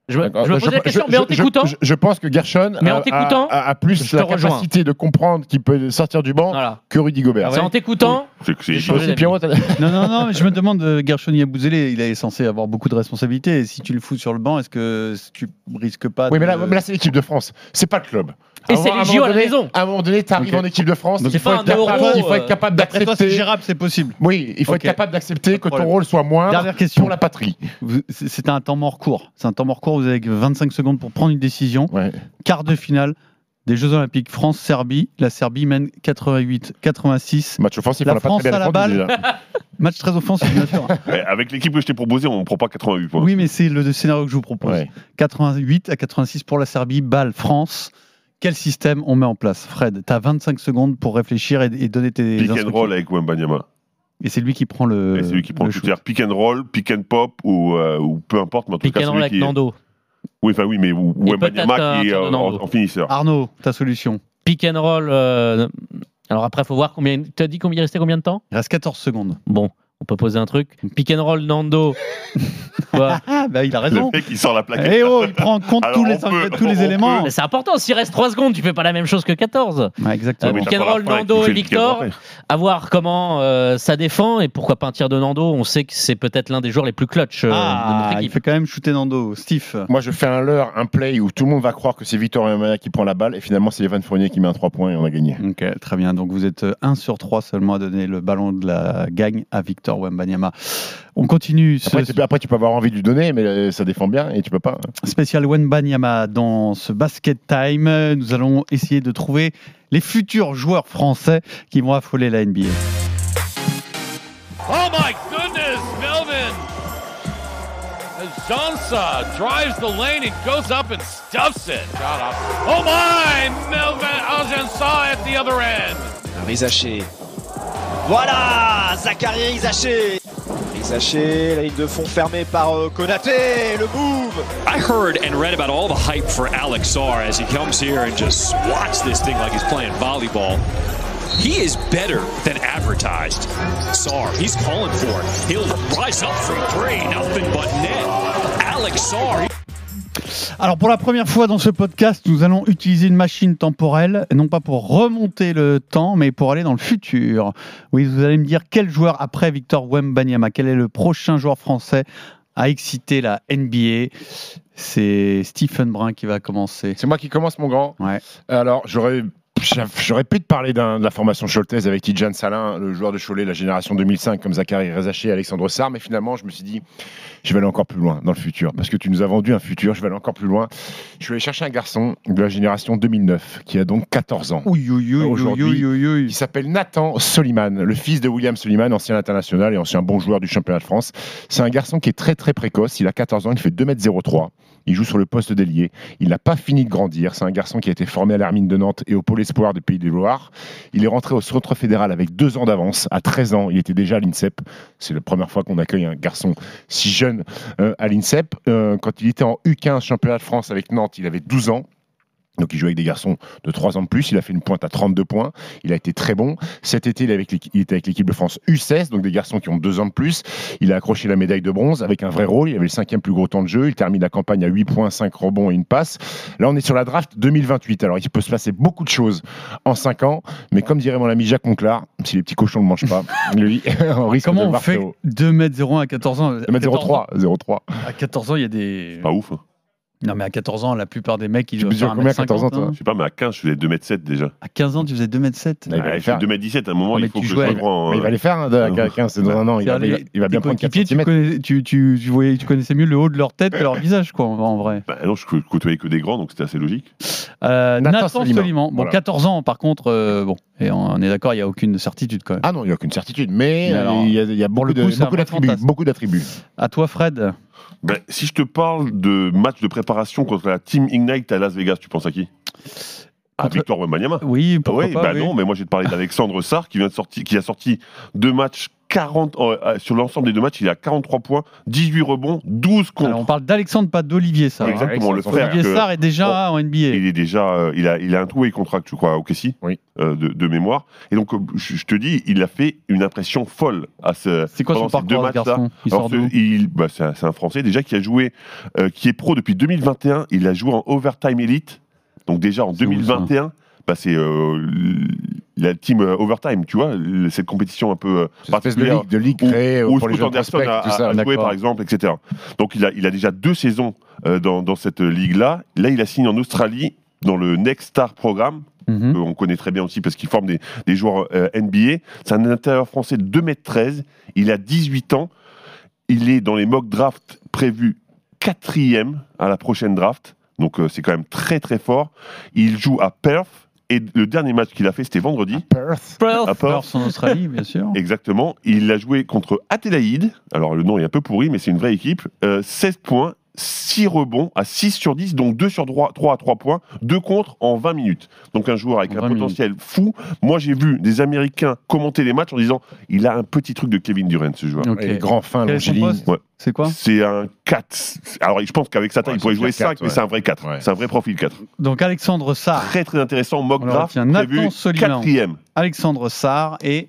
I: Je me,
H: D'accord.
I: je me pose la question, mais en
H: je-
I: t'écoutant,
H: Je, je pense que Gershon
I: Mais en
H: a,
I: t'écoutant,
H: a- a- a
I: je
H: plus
I: te
H: la
I: rejoins. Ah.
H: capacité de comprendre qu'il peut sortir du banc
I: voilà.
H: que Rudy Gobert.
I: C'est en t'écoutant,
G: cinq. C'est-
I: j'ai
G: c'est-
I: changé
H: Aussi,
I: d'avis.
H: Pierrot, t'as-
F: Non, non, non, mais je me demande, euh, Gershon Yabouzélé, il est censé avoir beaucoup de responsabilités. Et si tu le fous sur le banc, est-ce que tu risques pas
H: Oui,
F: de-
H: mais là, mais là, c'est l'équipe de France. C'est pas le club.
I: Et
H: À un
I: c'est
H: moment-
I: les
H: un
I: JO à la
H: moment donné-
I: maison.
H: À un moment donné, t'arrives
F: Ok.
H: en équipe de France.
F: Donc,
H: il
I: c'est
H: faut
I: pas
H: être
I: un
H: capable-
I: euro,
H: Il faut
I: euh,
H: être capable
F: D'après toi, c'est
H: d'accepter.
F: gérable, c'est possible.
H: Oui, il faut
F: Ok.
H: être capable d'accepter que ton
F: problème.
H: rôle soit moins
F: Dernière question.
H: pour la patrie.
F: Vous- c'est- C'était un temps mort court. C'est un temps mort court. Vous avez que 25 secondes pour prendre une décision.
H: Ouais.
F: Quart de finale des Jeux Olympiques France-Serbie. La Serbie mène 88-86.
H: Match offensif,
F: La
H: on l'a pas
F: France
H: très bien
F: à la
H: défendu,
F: balle.
H: déjà.
F: Match très offensif, bien sûr.
G: Ouais, Avec l'équipe que je t'ai proposée, on ne prend pas 88 points.
F: Oui, mais c'est le scénario que je vous propose.
H: Ouais.
F: 88 à 86 pour la Serbie, balle France. Quel système on met en place Fred, tu as 25 secondes pour réfléchir et, et donner tes
G: Pick and
F: instructions.
G: roll avec Wembanyama.
F: Et c'est lui qui prend le.
I: Euh,
G: Et c'est lui qui prend
F: le
G: le shoot.
F: shoot.
G: C'est-à-dire pick and roll, pick and pop ou, euh, ou peu importe, mais en tout
I: Pick
G: cas
I: and roll
G: celui
I: avec
G: qui.
I: Nando.
G: Oui, enfin oui, mais ou- ou
I: Et
G: Wembanyama
I: peut-être
G: qui est
I: un
G: euh,
I: Fernando.
G: en, en finisseur.
F: Arnaud, ta solution.
I: Pick and roll. euh, Alors après, faut voir combien. T'as dit combien il restait combien de temps
F: Il reste 14 secondes.
I: Bon, on peut poser un truc. Pick and roll Nando. Quoi
F: Ah, bah il a
G: Le
F: raison.
G: mec qui sort la plaquette.
F: Eh oh, il prend en compte
G: Alors,
F: tous
G: on
F: les,
G: peut-
F: tous les
G: on
F: éléments.
I: Mais C'est important, s'il reste 3 secondes, tu fais pas la même chose que 14.
F: Ouais,
G: Ouais,
F: exactement.
G: mais
I: pick
G: t'attends
I: and
G: la
I: Eh, roll,
G: fin avec
I: Nando
G: qui
I: et
G: fait le pick and
I: Victor.
G: roll.
I: à voir comment euh, ça défend et pourquoi pas un tir de Nando. On sait que c'est peut-être l'un des joueurs les plus clutch euh, de
F: Ah,
I: notre
F: il
I: équipe.
F: fait quand même shooter Nando. Steve.
H: Moi, je fais un leurre, un play où tout le monde va croire que c'est Victor Wembanyama qui prend la balle et finalement, c'est Evan Fournier qui met un 3 points et on a gagné.
F: Ok, très bien. Donc vous êtes 1 sur 3 seulement à donner le ballon de la gagne à Victor Wembanyama. On continue ce
H: Après, tu, peux- après, tu peux avoir envie de lui donner, mais euh, ça défend bien et tu peux pas. hein.
F: spécial Wembanyama dans ce Basket Time. Nous allons essayer de trouver les futurs joueurs français qui vont affoler la NBA.
D: Oh my goodness, Melvin! As Jansa drives the lane and goes up and stuffs it. Got up. Oh my! Melvin Aljansa at the other end.
M: Rizaché. Voilà Zachary Rizaché. Sachez, la ligne de fond fermée par euh, Konaté, le move
N: I heard and read about all the hype for Alex Sarr as he comes here and just swats this thing like he's playing volleyball. He is better than advertised. Sarr, he's calling for it. He'll rise up from three, nothing but net. Alex Sarr.
F: Alors pour la première fois dans ce podcast, nous allons utiliser une machine temporelle, non pas pour remonter le temps, mais pour aller dans le futur. Oui, vous allez me dire quel joueur après Victor Wembanyama, quel est le prochain joueur français à exciter la NBA C'est Stephen Brun qui va commencer.
H: C'est moi qui commence, mon grand.
F: Ouais.
H: Alors, j'aurais. J'aurais pu te parler d'un- de la formation Choltaise avec Tidjane Salin, le joueur de Cholet, la génération 2005, comme Zachary Rezaché et Alexandre Sarr, mais finalement, je me suis dit, je vais aller encore plus loin dans le futur, parce que tu nous as vendu un futur, je vais aller encore plus loin. Je suis allé chercher un garçon de la génération 2009, qui a donc 14 ans.
F: Ouille, ouille, ouille, ouille, ouille,
H: Aujourd'hui, il s'appelle Nathan Soliman, le fils de William Soliman, ancien international et ancien bon joueur du championnat de France. C'est un garçon qui est très très précoce. Il a 14 ans, il fait 2m03. Il joue sur le poste d'ailier. Il n'a pas fini de grandir. C'est un garçon qui a été formé à l'Armine de Nantes et au Pôle Espoir de Pays de Loire. Il est rentré au centre fédéral avec deux ans d'avance. À 13 ans, il était déjà à l'INSEP. C'est la première fois qu'on accueille un garçon si jeune euh, à l'INSEP. Euh, quand il était en U15 championnat de France avec Nantes, il avait 12 ans. Donc il jouait avec des garçons de 3 ans de plus, il a fait une pointe à 32 points, il a été très bon. Cet été, il, est avec l'équi- il était avec l'équipe de France U16, donc des garçons qui ont 2 ans de plus. Il a accroché la médaille de bronze avec un vrai rôle, il avait le cinquième plus gros temps de jeu, il termine la campagne à 8 points, 5 rebonds et une passe. Là, on est sur la draft 2028, alors il peut se passer beaucoup de choses en 5 ans, mais comme dirait mon ami Jacques Conclard, si les petits cochons ne mangent pas, lui, on risque de
F: Comment
H: le
F: on
H: voir
F: fait
H: très haut.
F: 2m01 à 14 ans
H: 2m03, 03.
F: À 14 ans, il y a des...
G: Pas ouf. hein.
F: Non mais à 14 ans, la plupart des mecs, ils
G: Tu
F: doivent
G: mesures
F: faire
G: combien à 14 ans,
F: 1m50, hein.
G: toi Je sais pas, mais à 15, je faisais 2m7 déjà.
F: À 15 ans, tu faisais 2m7
G: Ah, je fais 2m17, à un moment,
F: Ah, mais
G: il
F: tu
G: faut que je
F: jouais-
G: sois grand.
H: Mais il va les faire, hein, de- à 15, c'est dans un an, il va, il va- il va bien prendre 4
F: Coéquipiers, tu, connais- tu, tu, tu voyais, tu connaissais mieux le haut de leur tête que leur visage, quoi, en- en vrai.
G: Bah non, je cou- côtoyais que des grands, donc c'était assez logique.
F: Euh,
G: Nathan
F: Nathan,
G: Soliman.
F: Soliman. Bon,
G: Voilà.
F: 14 ans, par contre, euh, bon, et on est d'accord, il n'y a aucune certitude quand même.
H: Ah non, il n'y a aucune certitude, mais
F: Mais
H: euh,
F: alors,
H: il y a, il y a beaucoup
F: le coup,
H: de-
F: c'est un
H: beaucoup
F: vrai
H: d'attributs.
F: fantasme.
H: Beaucoup d'attributs.
F: À toi, Fred.
G: Ben, si je te parle de match de préparation contre la Team Ignite à Las Vegas, tu penses à qui à Victor Wembanyama.
F: Oui,
G: pourquoi
F: Ah, pas,
G: bah
F: oui.
G: non, mais moi j'ai parlé d'Alexandre Sarr qui vient de sortir, qui a sorti deux matchs 40 euh, euh, sur l'ensemble des deux matchs, il a 43 points, 18 rebonds,
I: Ah,
G: 12 contre.
F: Alors, on parle d'Alexandre, pas d'Olivier Sarr.
G: Exactement, le frère.
F: Olivier
G: que-
F: Sarr est déjà en NBA.
G: Il est déjà, euh, il a, il a un tout et contract, je crois, au Kessie, de, de mémoire. Et donc, euh, je, je te dis, il a fait une impression folle à ce.
F: C'est quoi son
G: pendant ces
F: parcours,
G: deux
F: le
G: matchs-là.
F: garçon Il
G: Alors,
F: sort
G: ce-
F: d'où
G: il- bah, c'est un, c'est un Français déjà qui a joué, euh, qui est pro depuis 2021. Il a joué en overtime elite, donc déjà en 2021. bah, c'est euh, l- la team euh, overtime, tu vois, l- cette compétition un peu euh,
H: espèce de
G: particulière
H: ligue- de ligue
G: où-
H: créée, euh,
G: où le
H: pour les
G: foot
H: jeunes
G: Anderson
H: prospects,
G: a-
H: tout ça,
G: a- a joué,
H: d'accord.
G: par exemple exemple, etc. Donc il a, il a déjà deux saisons euh, dans, dans cette ligue-là. Là, il a signé en Australie dans le Next Star Programme.
H: Hmm.
F: Mhm.
G: que on connaît très bien aussi parce qu'il forme des, des joueurs euh, NBA. C'est un intérieur français de 2m13. Il a 18 ans. Il est dans les mock drafts prévus quatrième à la prochaine draft. Donc euh, c'est quand même très très fort. Il joue à Perth. Et le dernier match qu'il a fait, c'était vendredi.
H: Perth.
F: À Perth, en Australie, bien sûr.
G: Exactement. Il a joué contre Adélaïde. Alors, le nom est un peu pourri, mais c'est une vraie équipe. Euh, 16 points, 6 rebonds à 6 sur 10, donc 2 sur 3, 3 à 3 points, 2 contre en 20 minutes. Donc, un joueur avec un
F: 20 minutes.
G: potentiel fou. Moi, j'ai vu des Américains commenter les matchs en disant il a un petit truc de Kevin Durant, ce joueur.
F: Ok. Il est grand, fin, Quel est son longiligne. poste
G: Ouais.
F: C'est quoi
G: C'est un 4. Alors, je pense qu'avec sa taille, il pourrait
F: c'est
G: jouer
F: un
G: 5,
F: quatre,
G: mais
F: ouais.
G: c'est un vrai 4. C'est un vrai profil 4.
F: Donc, Alexandre Sarr.
G: Très, très intéressant. Mock
F: On le
G: draft.
F: retient.
G: prévu
F: Nathan Soliman.
G: quatrième.
F: Alexandre Sarr et.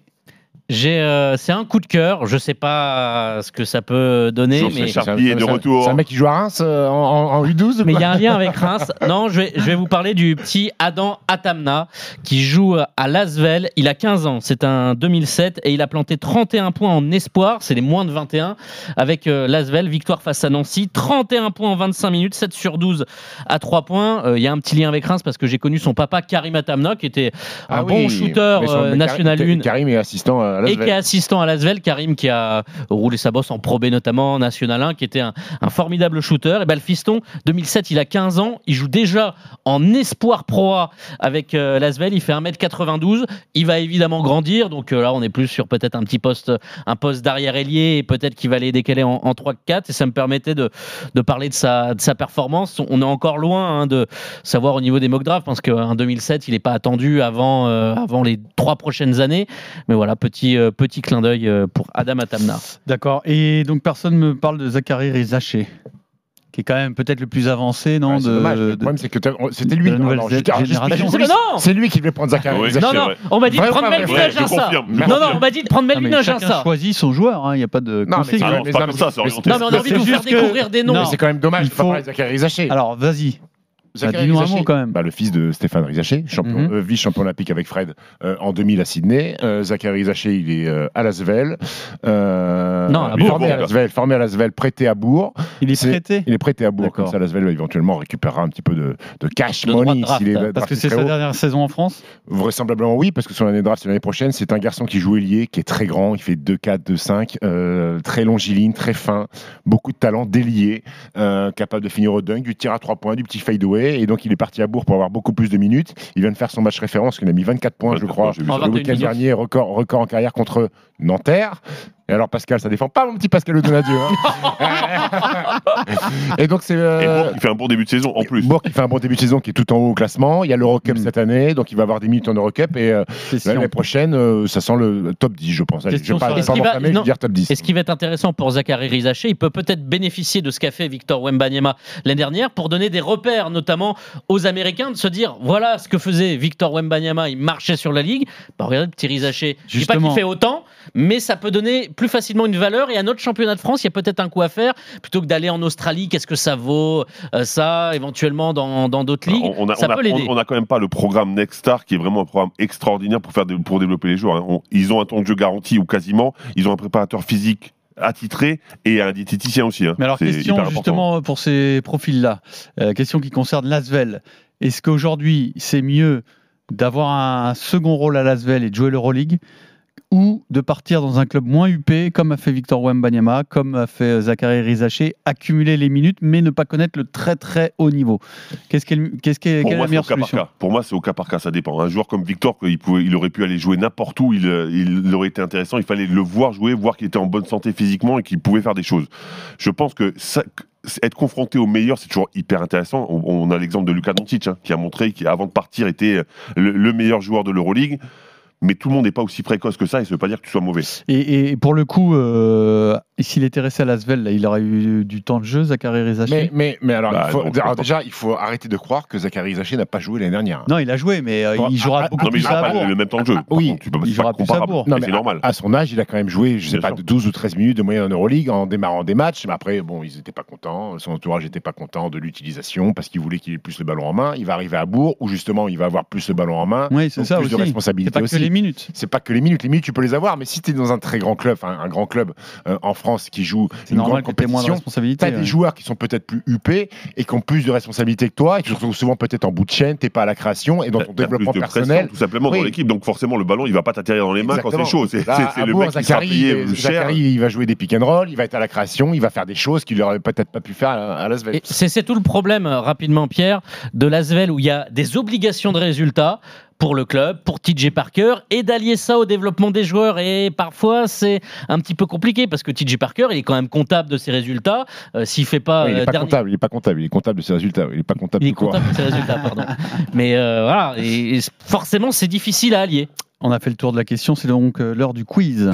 I: J'ai, euh, c'est un coup de cœur. Je sais pas ce que ça peut donner,
G: Jean-Michel
I: mais
G: Charpie est de retour.
H: C'est un mec qui joue à Reims euh, en, en- en U12 ou
I: Mais il y
H: quoi
I: a un lien avec Reims. Non, je vais, je vais vous parler du petit Adam Atamna qui joue euh, à Lasvel. Il a 15 ans, c'est un 2007 et il a planté 31 points en espoir, c'est les moins de 21 avec euh, Lasvel, victoire face à Nancy, 31 points en 25 minutes, 7 sur 12 à 3 points. Euh, Il y a un petit lien avec Reims parce que j'ai connu son papa Karim Atamna qui était un
H: Ah
I: bon
H: oui,
I: shooter
H: mais son-
I: euh,
H: mais Karim-
I: national
H: Karim-
I: 1
H: Karim est assistant à
I: et qui est
H: Lasvel.
I: assistant à Lasvel, Karim qui a roulé sa bosse en Pro B notamment, en National 1, qui était un, un formidable shooter. Et ben le fiston, 2007, il a 15 ans, il joue déjà en espoir Pro A avec euh, Lasvel, il fait 1m92, il va évidemment grandir, donc euh, là on est plus sur peut-être un petit poste, un poste d'arrière ailier, et peut-être qu'il va les décaler en, en 3-4, et ça me permettait de, de parler de sa, de sa performance. On est encore loin hein, de savoir au niveau des mock hein, drafts, parce qu'en 2007, il n'est pas attendu avant, euh, avant les trois prochaines années, mais voilà, petit petit, euh, petit clin d'œil euh, pour Adam Atamna.
F: D'accord. Et donc personne ne me parle de Zachary Rizaché, qui est quand même peut-être le plus avancé, non
H: Ouais, c'est
F: de-
H: dommage, mais le
F: de-
H: problème, c'est que t'as- on- c'était lui.
F: de la
H: Non,
F: nouvelle
H: non, je- ah,
F: génération.
H: j'explique,
I: Mais non
H: C'est lui qui devait prendre Zachary.
I: Oui,
H: Zachary,
I: non, non,
H: ouais.
I: on m'a dit de
H: Vrai,
I: prendre
H: vrai,
I: Melvin
H: vrai,
I: à
H: je
I: ça.
H: confirme, je
I: Non, non,
H: confirme.
I: on m'a dit de prendre Melvin
F: mais
I: à
F: chacun
I: ça.
F: choisit son joueur, hein, il n'y a pas de
H: Non, mais
F: conflit.
H: c'est
F: quoi.
H: quand même-
F: Mais
H: non, mais
I: ça, c'est orienté. Non, mais on a
F: c'est
I: envie de vous
F: juste
I: faire découvrir des noms.
F: Non.
H: Mais c'est quand même dommage
F: Il
H: de pas
F: faut-
H: parler de Zachary Rizaché.
F: Alors, vas-y. Bah,
H: Zachary
F: Dis-nous un
H: Rizaché.
F: mot quand même.
H: Bah, le fils de Stéphane Rizaché, champion,
F: Mhm.
H: euh, vice-champion olympique avec Fred euh, en 2000 à Sydney. Euh, Zachary Rizaché, il est euh, à Lasvel. Euh,
I: Non, à
H: formé
I: Bourg.
H: à Lasvel, formé à Lasvel, prêté à Bourg.
F: Il est prêté
H: Il est prêté à Bourg. Comme
F: D'accord.
H: ça, Lasvel éventuellement récupérera un petit peu de, de cash
I: De droit de
H: money
I: draft,
H: s'il est
I: parce
F: Parce que
H: drafté
F: c'est
H: très
F: sa
H: haut.
F: dernière saison en France.
H: Vraisemblablement oui, parce que son année de draft, c'est l'année prochaine. C'est un garçon qui joue ailier, qui est très grand, il fait 2-4, 2-5, euh, très longiligne, très fin, beaucoup de talent, délié, euh, capable de finir au dunk, du tir à 3 points, du petit fadeaway. Et donc il est parti à Bourg pour avoir beaucoup plus de minutes. Il vient de faire son match référence, qu'il a mis 24 points, je
G: 24
H: crois,
G: points, j'ai vu ça.
H: le week-end
I: 21 minutes.
H: dernier, record, record en carrière contre Nanterre. Et alors Pascal, ça défend pas mon petit Pascal Donadieu. hein. et donc c'est... euh,
G: Et Bourg, il fait un bon début de saison
F: euh,
G: en plus.
H: Bourg qui fait un bon début de saison, qui est tout en haut au classement. Il y a l'Eurocup
F: Mm.
H: cette année, donc il va avoir des minutes en Eurocup. Et euh,
F: C'est sûr.
H: l'année prochaine, euh, ça sent le top 10, je pense. Allez, je
F: Question
H: ne vais pas,
F: sur la-
H: je vais pas
I: Est-ce
H: m'enflammer,
I: qu'il va-
H: je vais
I: non.
H: dire top 10.
I: Et ce qui va être intéressant pour Zachary Rizaché, il peut peut-être bénéficier de ce qu'a fait Victor Wembanyama l'année dernière pour donner des repères, notamment aux Américains, de se dire voilà ce que faisait Victor Wembanyama, il marchait sur la ligue. Bah, regardez le petit Rizaché. Je dis pas qu'il
F: Justement.
I: fait autant, mais ça peut donner plus facilement une valeur. Et à notre championnat de France, il y a peut-être un coup à faire plutôt que d'aller en Australie. Qu'est-ce que ça vaut euh, Ça, éventuellement dans dans d'autres ligues,
G: Bah, on, on a,
I: ça
G: on a-
I: peut l'aider.
G: on- on a quand même pas le programme Next Star qui est vraiment un programme extraordinaire pour, faire des- pour développer les joueurs. hein. On- ils ont un temps de jeu garanti ou quasiment. Ils ont un préparateur physique attitré et un diététicien aussi. hein.
F: Mais alors,
G: C'est hyper
F: question
G: important.
F: justement pour ces profils-là, euh, question qui concerne Lasvel. Est-ce qu'aujourd'hui, c'est mieux d'avoir un second rôle à Lasvel et de jouer l'Euroleague ou de partir dans un club moins huppé, comme a fait Victor Wembanyama, comme a fait euh, Zachary Rizaché, accumuler les minutes, mais ne pas connaître le très très haut niveau Qu'est-ce qui est, le- qu'est-ce qui est-
G: Pour
F: quelle est la
G: moi, c'est au
F: meilleure
G: cas par
F: solution
G: cas. Pour moi, c'est au cas par cas. Ça dépend. Un joueur comme Victor, il, pouvait, il aurait pu aller jouer n'importe où, il, euh, il aurait été intéressant. Il fallait le voir jouer, voir qu'il était en bonne santé physiquement et qu'il pouvait faire des choses. Je pense que ça- que- être confronté au meilleur, c'est toujours hyper intéressant. On, on a l'exemple de Luka Doncic, hein, qui a montré qu'avant de partir, était euh, le, le meilleur joueur de l'Euroleague. Mais tout le monde n'est pas aussi précoce que ça, et ça ne veut pas dire que tu sois mauvais.
F: et, et pour le coup, euh, s'il était resté à Lasvel, là, il aurait eu du temps de jeu, Zachary Rizaché
H: Mais, mais, mais alors,
G: Bah,
H: il faut-
G: non, je
H: alors
G: pense
H: déjà, il faut arrêter de croire que Zachary Zaché n'a pas joué l'année dernière.
F: Non, il a joué, mais euh,
H: Bon,
F: il jouera
H: ah,
F: beaucoup
G: Non,
F: plus
G: mais il n'aura
F: à
G: pas
F: Bourg.
G: le même temps de jeu. Par
H: oui.
G: contre, tu peux pas
F: Il
G: c'est
F: jouera
G: pas
F: plus à
G: comparable.
F: Bourg.
G: Mais
H: Non, mais
G: c'est
H: à-
G: normal.
H: À, son âge, il a quand même joué, je sais
G: Bien
H: pas,
G: sûr.
H: 12 ou 13 minutes de moyenne en Euroleague en démarrant des matchs. Mais après, bon, ils n'étaient pas contents. Son entourage n'était pas content de l'utilisation parce qu'il voulait qu'il ait plus le ballon en main. Il va arriver à Bourg où justement, il va avoir plus le ballon en main.
F: Oui, c'est
H: donc
F: ça
H: plus
F: aussi.
H: de
F: C'est
H: responsabilité
F: pas que
H: aussi.
F: les minutes.
H: c'est pas que les minutes, les minutes tu peux les avoir, mais si tu es dans un très grand club, enfin, un grand club euh, en France qui joue
F: C'est
H: une grande
F: normal que tu aies moins de
H: compétition,
F: responsabilités.
H: t'as des
F: ouais.
H: joueurs qui sont peut-être plus huppés et qui ont plus de responsabilités que toi et qui se retrouvent souvent peut-être en bout de chaîne, t'es pas à la création et dans
G: T'as-
H: ton
G: Euh, t'as
H: développement
G: plus de pression,
H: personnel.
G: tout simplement
H: Oui.
G: dans l'équipe. Donc forcément, le ballon, il va pas t'atterrir dans les mains quand c'est chaud. C'est
H: Là,
G: c'est- c'est
H: à
G: le
H: Bourg,
G: mec qui sera
H: Zachary,
G: payé
H: euh,
G: cher.
H: Zachary, il va jouer des pick and roll, il va être à la création, il va faire des choses qu'il aurait peut-être pas pu faire à à Las
I: Et
H: Vegas.
I: C'est c'est tout le problème, euh, rapidement, Pierre, de l'Asvel où il y a des obligations de résultats pour le club, pour TJ Parker, et d'allier ça au développement des joueurs. Et parfois, c'est un petit peu compliqué parce que TJ Parker, il est quand même comptable de ses résultats. Euh, S'il fait pas,
H: Oui, il
I: euh,
H: est pas
I: dernier-
H: comptable, il est pas comptable, il est comptable de ses résultats, il est pas comptable
I: il est
H: de quoi.
I: comptable de ses résultats, pardon. Mais euh, voilà, et, et forcément, c'est difficile à allier.
F: On a fait le tour de la question, c'est donc euh, l'heure du quiz.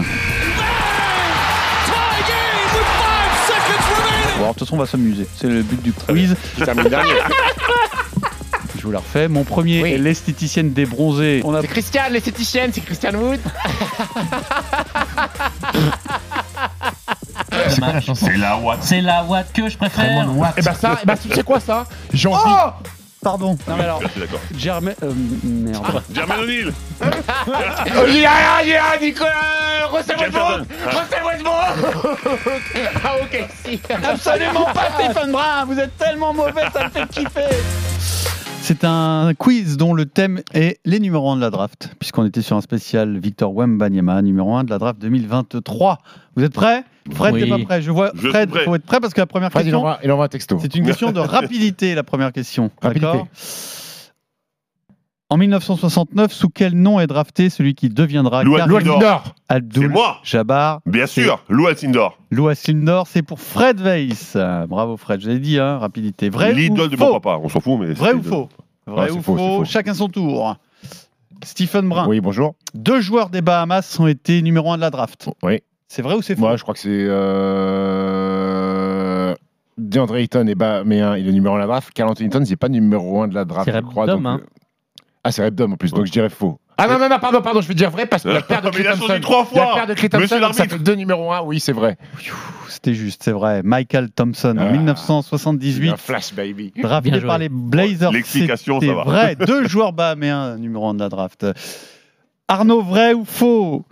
F: Bon, alors, de toute façon, on va s'amuser. C'est le but du quiz.
H: Il termine dernier.
F: Je vous la refais. Mon premier
H: Oui.
F: est l'esthéticienne débronzée. On a
H: C'est Christiane, l'esthéticienne, c'est Christiane Wood.
I: C'est la chanson
G: la Watt.
I: C'est la Watt que je préfère.
H: Et bah ça, et bah tu sais quoi ça J'ai envie-
F: Pardon. Non, mais alors,
G: Je suis d'accord.
F: Germain. euh, merde.
G: Jermaine O'Neal
H: Oh, Il y a, il y a
G: euh,
H: Nicolas Russell Westbrook Russell Westbrook Ah ok, si
F: Absolument pas Stéphane Brun, vous êtes tellement mauvais, ça me fait kiffer. C'est un quiz dont le thème est les numéros 1 de la draft, puisqu'on était sur un spécial Victor Wembanyama, numéro 1 de la draft 2023. Vous êtes prêts Fred,
I: Oui.
F: t'es pas prêt Je vois
G: Je
F: Fred,
G: suis prêt.
F: faut être prêt parce que la première
H: Fred, il
F: question,
H: envoie, il envoie un texto.
F: c'est une question de rapidité, la première question.
H: Rapidité.
F: D'accord En 1969, sous quel nom est drafté celui qui deviendra
G: Lou Alcindor.
F: Karim
H: Nord
G: C'est
F: Abdul
G: moi
F: Jabbar
G: Bien sûr, Lou Alcindor,
F: Louis Lindor, c'est pour Fred Weiss. Euh, Bravo Fred, je l'ai dit, hein, rapidité. Vrai ou
G: l'idole de
F: faux
G: mon papa. On s'en fout, mais.
F: Vrai
G: c'est
F: ou
G: l'idole.
F: faux Vrai
H: Ah, c'est
F: ou
H: faux,
F: faux,
H: c'est faux.
F: Chacun son tour. Stephen Brun.
H: Oui, bonjour.
F: Deux joueurs des Bahamas ont été numéro un de la draft.
H: Oui.
F: C'est vrai ou c'est faux
H: Oh. Moi, je crois que c'est. hein. Euh... DeAndre Ayton est bas, mais hein, il est numéro 1 de la draft. Carl Anthony Towns, il n'est pas numéro 1 de la draft,
I: C'est
H: je crois. donc,
I: Repdom, hein.
H: euh, Ah, c'est Repdom en plus, donc je dirais faux. Ah non, non, non, pardon, pardon, je vais dire vrai parce que la paire de
G: Mais il a
H: Clayton
G: changé trois fois.
H: La paire de Clayton
G: Monsieur
H: ça
G: l'arbitre.
H: fait deux numéros 1, oui, c'est vrai.
F: C'était juste, c'est vrai. Michael Thompson en 1978.
H: Un flash, baby.
F: Drafté
I: Bien joué.
F: par les Blazers.
G: L'explication,
F: C'était
G: ça va.
F: vrai. Deux joueurs bahaméens, numéro un de la draft. Arnaud, vrai ou faux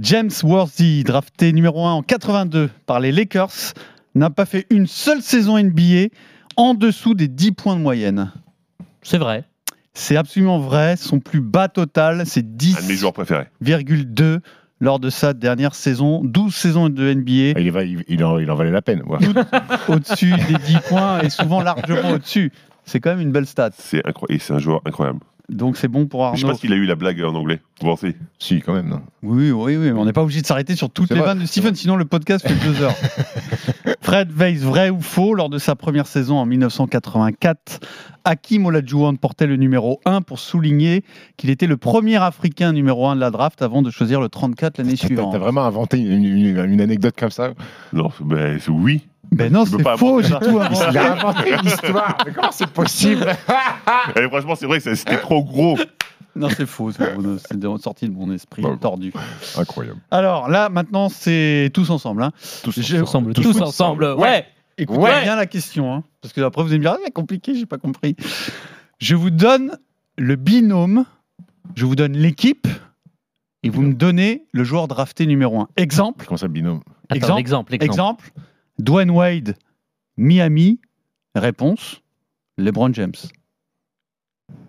F: James Worthy, drafté numéro 1 en 82 par les Lakers, n'a pas fait une seule saison NBA en dessous des 10 points de moyenne.
I: C'est vrai.
F: C'est absolument vrai. Son plus bas total, c'est
G: Un de mes joueurs préférés.
F: 10,2 lors de sa dernière saison. 12 saisons de NBA.
H: Ah, Il, va- il- il en, il en valait la peine. ouais.
F: au-dessus des 10 points et souvent largement au-dessus. C'est quand même une belle stat.
G: C'est incro- et c'est un joueur incroyable.
F: Donc c'est bon pour
G: Je sais pas
F: Arnaud.
G: s'il a eu la blague en anglais. Vous pensez
H: si, quand même. non.
F: Oui, oui, oui, mais on n'est pas obligé de s'arrêter sur toutes
H: C'est
F: les
H: vrai,
F: vannes de Stephen, sinon le podcast fait deux heures. Fred Weiss, vrai ou faux, lors de sa première saison en 1984, Hakim Olajuwon portait le numéro 1 pour souligner qu'il était le premier Africain numéro 1 de la draft avant de choisir le 34 l'année
H: T'as
F: suivante.
H: t'as vraiment inventé une, une- une anecdote comme ça
G: Non, c'est- ben, c'est oui.
F: Ben non,
G: Tu peux
F: c'est
G: pas
F: faux, j'ai tout
H: Il
F: inventé.
H: a inventé une histoire. Mais comment c'est possible
G: Et Eh, franchement, c'est vrai que ça- c'était trop gros.
F: Non, c'est faux, c'est faux, c'est sorti de mon esprit
H: Bon.
F: tordu.
H: Incroyable.
F: Alors là, maintenant, c'est tous ensemble. hein.
H: Tous
F: Je-
I: Ensemble, tous ensemble. Ouais.
F: Écoutez
H: Ouais.
F: bien la question, hein, parce que après vous allez me dire, Ah, c'est compliqué, j'ai pas compris. Je vous donne le binôme, je vous donne l'équipe, et vous me donnez le joueur drafté numéro 1. Exemple,
H: Comment ça, binôme
I: Attends,
F: Exemple.
I: exemple, exemple.
F: exemple, Dwayne Wade, Miami, réponse, LeBron James.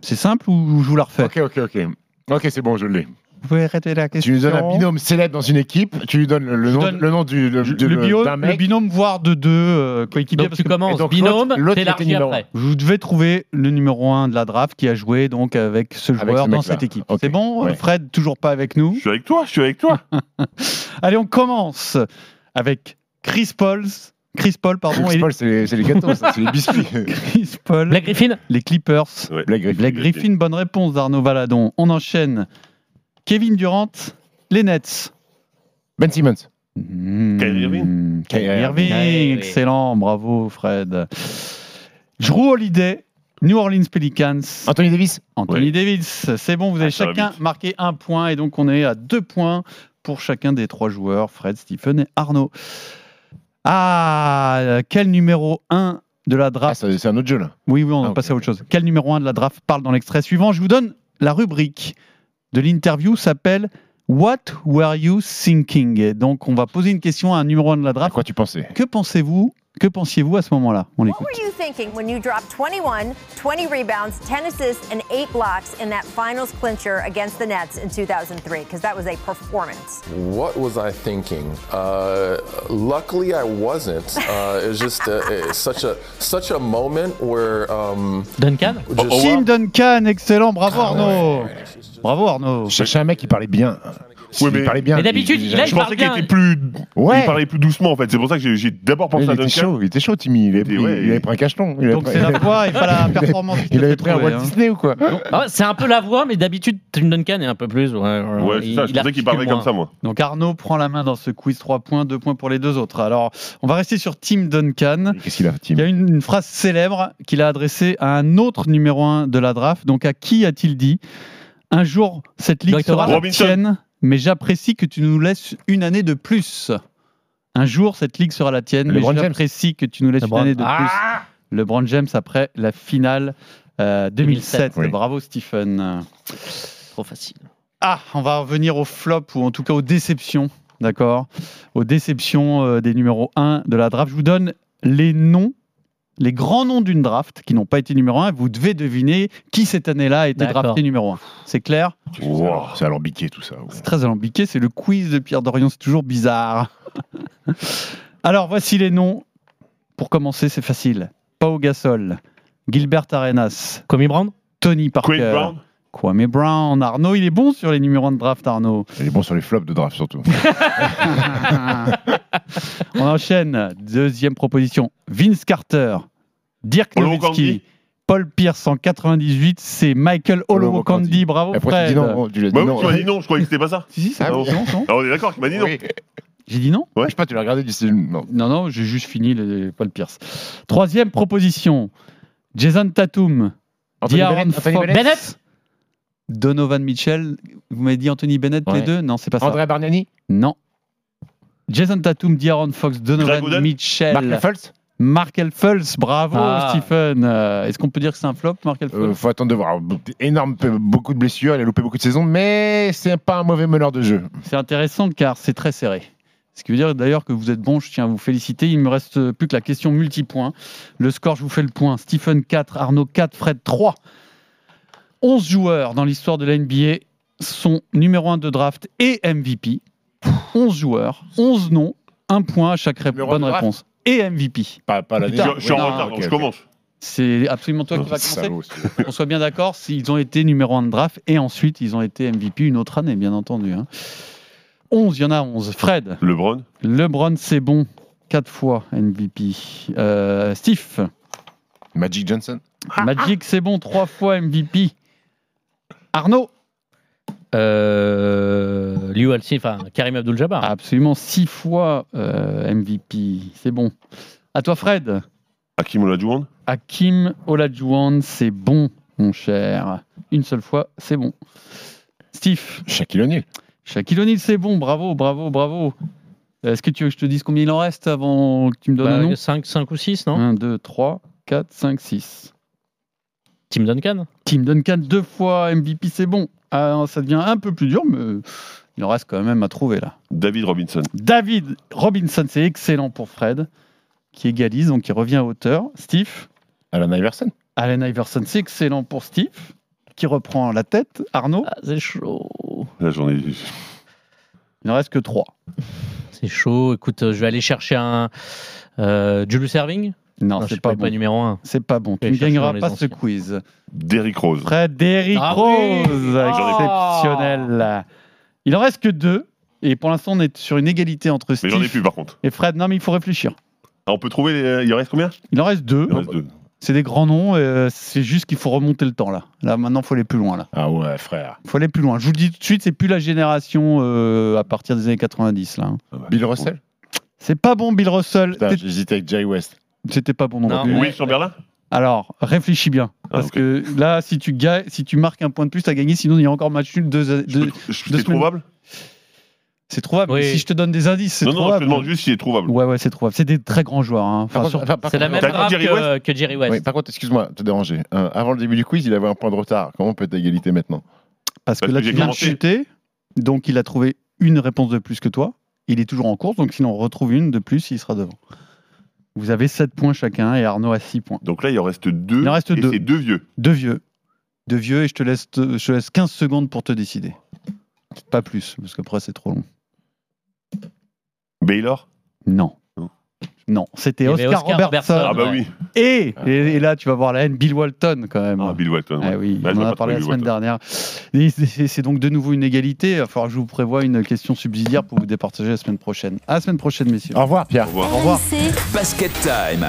F: C'est simple ou je vous la refais
H: Ok, ok, ok. Ok, c'est bon, je l'ai.
F: Vous pouvez arrêter la question
H: Tu lui donnes un binôme célèbre dans une équipe, tu lui donnes le, le
F: Je
H: nom,
F: donne
H: le nom du, le,
F: Je-
H: de-
F: le, bio-
H: d'un
F: le
H: mec.
F: binôme, voire de deux euh, coéquipiers.
I: Donc
F: parce
I: tu
F: que
I: commences
H: et donc
I: binôme,
H: l'autre- l'autre
I: t'élargis
H: était numéro
I: après.
F: Vous devez trouver le numéro 1 de la draft qui a joué donc avec ce
H: Avec
F: joueur
H: ce
F: dans
H: mec-là.
F: cette équipe.
H: Ok.
F: C'est bon
H: Ouais.
F: Fred, toujours pas avec nous.
G: Je suis avec toi, je suis avec toi.
F: Allez, on commence avec Chris Paul. Chris Paul, pardon.
H: Chris
F: et-
H: Paul, c'est les, c'est les gâteaux, ça, c'est les biscuits.
F: Chris Paul,
I: Black Griffin
F: les Clippers.
G: Ouais.
H: Blague Griffin.
F: Black Griffin, bonne réponse d'Arnaud Valadon. On enchaîne. Kevin Durant, les Nets.
H: Ben Simmons.
F: Mmh.
G: Kyrie
F: Kyrie
H: Kyrie
F: Irving,
I: Irving.
F: excellent, bravo Fred. Drew Holiday, New Orleans Pelicans.
H: Anthony Davis.
F: Anthony
G: Ouais.
F: Davis, c'est bon, vous avez
G: Ah, ça va
F: chacun
G: vite.
F: marqué un point et donc on est à deux points pour chacun des trois joueurs, Fred, Stephen et Arnaud. Ah, quel numéro 1 de la
H: Ah,
F: draft
H: ça, c'est un autre jeu, là.
F: Oui, oui, on
H: ah,
F: va
H: ok,
F: passer à autre
H: ok.
F: chose. Quel numéro 1 de la draft parle dans l'extrait suivant Je vous donne la rubrique de l'interview, s'appelle What were you thinking Et Donc on va poser une question à un numéro 1 de la
H: À
F: draft.
H: quoi tu pensais
F: Que pensez-vous Que pensiez-vous à ce moment-là On l'écoute.
O: What were you thinking when you dropped 21, 20 rebounds, 10 assists, and 8 blocks in that finals clincher against the Nets in 2003? Because that was a performance.
P: What was I thinking? Uh, luckily, I wasn't. Uh, it was just uh, it's such a such a moment where um,
I: Duncan
P: just
F: Tim Duncan, excellent, bravo Arnaud. Bravo Arnaud.
H: Je cherchais un mec qui parlait bien.
G: Oui,
H: il
G: mais-
H: parlait bien.
I: Mais d'habitude,
H: Il-
I: là,
G: Je
I: il parle
G: pensais qu'il
I: bien.
G: était plus.
H: Ouais.
G: Il parlait plus doucement en fait. C'est pour ça que j'ai- j'ai d'abord
H: il
G: pensé à
H: était
G: Duncan.
H: chaud, il était chaud, Timmy. Il avait,
G: Il était-
H: pris-
G: ouais,
H: il avait
G: il-
H: pris un cacheton. Il avait
F: Donc
H: pris-
F: c'est la voix et pas la
H: il avait-
F: performance. qui
H: Il
F: te
H: avait
F: fait
H: pris un
F: trouver,
H: Walt
F: hein.
H: Disney ou quoi
I: Ah ouais, c'est un peu la voix, mais d'habitude, Tim Duncan est un peu plus. Ouais,
G: Ouais, c'est ça. Je pensais qu'il parlait comme ça, moi.
F: Donc Arnaud prend la main dans ce quiz 3 points, 2 points pour les deux autres. Alors, on va rester sur Tim Duncan.
H: Qu'est-ce qu'il a,
F: Il y
H: Tim
F: a une, une phrase célèbre qu'il a adressée à un autre numéro 1 de la draft. Donc à qui a-t-il dit Un jour, cette ligue
I: Dwight
F: sera
I: Howard.
F: la
G: Robinson.
F: tienne, mais j'apprécie que tu nous laisses une année de plus. Un jour, cette ligue sera la tienne,
H: LeBron
F: mais
H: James.
F: j'apprécie que tu nous laisses
I: LeBron.
F: une année de plus.
I: Ah
F: LeBron James après la finale euh, 2007.
I: 2007,
H: oui.
F: Bravo Stephen.
I: Trop facile.
F: Ah, on va revenir au flop ou en tout cas aux déceptions, d'accord Aux déceptions euh, des numéros 1 de la draft. Je vous donne les noms, les grands noms d'une draft qui n'ont pas été numéro 1. Vous devez deviner qui cette année-là a été
I: D'accord.
F: drafté numéro 1. C'est clair
H: Wow, C'est alambiqué tout ça.
F: C'est très alambiqué, c'est le quiz de Pierre Dorian, c'est toujours bizarre. Alors, voici les noms. Pour commencer, c'est facile. Pau Gasol, Gilbert Arenas,
I: Kobe Brand
F: Tony
G: Quinn
F: Parker,
G: Brown.
F: Kwame Brown, Arnaud, il est bon sur les numéros 1 de draft, Arnaud.
H: Il est bon sur les flops de draft surtout.
F: Ah. On enchaîne. Deuxième proposition. Vince Carter, Dirk
G: Olo
F: Nowitzki,
G: Kangui.
F: Paul Pierce en 98, c'est Michael Olowokandi. Bravo,
G: Après,
F: Fred.
G: Eh, tu dis non, tu l'as dit Bah oui, non. tu m'as dit non, je croyais que c'était pas ça.
F: Si, si, c'est
G: Ah
F: bon,
G: oui.
F: c'est bon, c'est bon.
G: Ah, on est d'accord qu'il m'a dit non.
F: J'ai dit non
G: Ouais. Je sais pas, tu l'as regardé du film. Non.
F: Non, non, j'ai juste fini les Paul Pierce. Troisième proposition Jason Tatum,
I: Anthony
F: D'Aaron
I: Bennett, Anthony
F: Fox,
I: Bennett. Bennett
F: Donovan Mitchell. Vous m'avez dit Anthony Bennett,
I: Ouais.
F: les deux Non, c'est pas ça.
I: Andrea
F: Bargnani Non. Jason Tatum, D'Aaron Fox,
I: Greg
F: Donovan
I: Oden
F: Mitchell.
I: Mark Fultz
F: Mark Fultz, bravo
H: Ah.
F: Stephen. Euh, Est-ce qu'on peut dire que c'est un flop, Mark Fultz
H: Euh, faut attendre de voir. Énorme, beaucoup de blessures, il a loupé beaucoup de saisons, mais c'est pas un mauvais meneur de jeu.
F: C'est intéressant car c'est très serré. Ce qui veut dire d'ailleurs que vous êtes bon, je tiens à vous féliciter. Il me reste plus que la question multipoint. Le score, je vous fais le point. Stephen 4, Arnaud 4, Fred 3. 11 joueurs dans l'histoire de la NBA sont numéro 1 de draft et MVP. 11 joueurs, 11 noms, un point à chaque ré- bonne
G: de draft
F: réponse. Et MVP.
H: Pas, pas
F: l'année.
G: Je, je suis en
F: Non,
H: Ah,
G: retard,
F: ok,
G: donc je
F: ok.
G: commence.
F: C'est absolument toi qui vas commencer. On soit bien d'accord, s'ils ont été numéro 1 de draft et ensuite ils ont été MVP une autre année, bien entendu. hein. 11, il y en a 11. Fred.
G: LeBron.
F: LeBron, c'est bon. 4 fois MVP. Euh, Steve.
H: Magic Johnson.
F: Magic, c'est bon. 3 fois MVP. Arnaud.
I: Euh, Liu Alci, enfin Karim Abdul-Jabbar.
F: Absolument 6 fois euh, MVP. C'est bon. À toi, Fred.
G: Hakim Olajuwon.
F: Hakim Olajuwon, c'est bon, mon cher. Une seule fois, c'est bon. Steve.
H: Shaquille O'Neal.
F: Shaquille O'Neal, c'est bon. Bravo, bravo, bravo. Est-ce que tu veux que je te dise combien il en reste avant que tu me donnes un nom Hum.
I: 5, Bah, ou 6, non
F: 1, 2, 3, 4, 5, 6.
I: Tim Duncan
F: Tim Duncan, deux fois MVP, c'est bon. Ah, ça devient un peu plus dur, mais il en reste quand même à trouver là.
G: David Robinson.
F: David Robinson, c'est excellent pour Fred, qui égalise, donc qui revient à hauteur. Steve
H: Alan Iverson.
F: Allen Iverson, c'est excellent pour Steve, qui reprend la tête. Arnaud
I: Ah, C'est chaud.
G: La journée.
F: Il n'en reste que 3.
I: C'est chaud. Écoute, euh, je vais aller chercher un euh, Julius Erving.
F: Non,
I: Ah, je
F: c'est
I: sais
F: pas
I: il est
F: bon.
I: numéro 1.
F: C'est pas bon. Tu
I: Je
F: ne
I: vais chercher
F: gagneras
I: dans les
F: pas ce
I: anciens.
F: quiz.
G: Derrick Rose.
F: Fred Derrick
I: Ah oui
F: Rose,
I: Ah.
F: exceptionnel. Il en reste que 2. Et pour l'instant, on est sur une égalité entre
G: Mais j'en ai
F: Steve
G: plus par contre.
F: et Fred. Non, mais il faut réfléchir.
G: Ah, on peut trouver. les- Il en reste combien
F: Il en reste deux.
G: Il en reste deux.
F: C'est des grands noms. euh, c'est juste qu'il faut remonter le temps là. Là maintenant, faut aller plus loin là.
H: Ah ouais, frère.
F: Faut aller plus loin. Je vous le dis tout de suite, c'est plus la génération euh, à partir des années 90 là. hein.
H: Bill Russell.
F: C'est pas bon, Bill Russell.
H: Oh, Putain,
F: T'es-
H: J'hésitais avec Jay West.
F: C'était pas bon non,
I: Non,
F: plus.
I: mais-
G: Will Chamberlain
F: Alors, réfléchis bien. Parce
G: Ah, ok.
F: que là, si tu, ga- si tu marques un point de plus, t'as gagné. Sinon, il y a encore match nul. Deux,
G: Je peux-
F: deux-
G: je-
F: deux
G: C'est
F: semaines.
G: trouvable
F: C'est trouvable.
I: Oui.
F: mais Si je te donne des indices, c'est
G: Non, non, je te
F: trouvable.
G: demande juste s'il est trouvable.
F: ouais, ouais, c'est trouvable. C'est des très grands joueurs. hein. Enfin,
H: Par contre-
F: sur-
H: par- par
I: C'est la
H: contre-
I: même
G: T'as dit
I: draft
G: Jerry
I: que, que Jerry West.
H: Oui, par contre, excuse-moi de te déranger. Euh, avant le début du quiz, il avait un point de retard. Comment on peut être à égalité maintenant
F: Parce,
G: Parce
F: que là,
G: que j'ai
F: tu viens de
G: commencé.
F: chuter. Donc, il a trouvé une réponse de plus que toi. Il est toujours en course. Donc, s'il en retrouve une de plus, il sera devant. Vous avez 7 points chacun et Arnaud a 6 points.
G: Donc là, il en reste deux.
F: Il en reste
G: et
F: deux.
G: C'est deux vieux.
F: Deux vieux. Deux vieux et je te laisse, te- je te laisse 15 secondes pour te décider. Pas plus, parce qu'après, c'est trop long.
G: Baylor
F: Non.
G: Non.
F: Non,
I: Il
F: c'était
I: y avait
F: Oscar,
I: Oscar
F: Robertson.
I: Robertson.
G: Ah bah
I: Ouais.
G: oui.
F: Et, et, et là, tu vas voir la haine, Bill Walton quand même.
G: Ah, Bill Walton. ouais.
F: Ah oui,
G: Bah, je
F: on en
G: l'ai
F: a
G: pas
F: parlé la
G: trouvé,
F: semaine
G: Bill Walton.
F: dernière. Et C'est c'est donc de nouveau une égalité. Il va falloir que je vous prévoie une question subsidiaire pour vous départager la semaine prochaine. À la semaine prochaine, messieurs.
H: Au revoir, Pierre.
G: Au revoir.
Q: Basket Time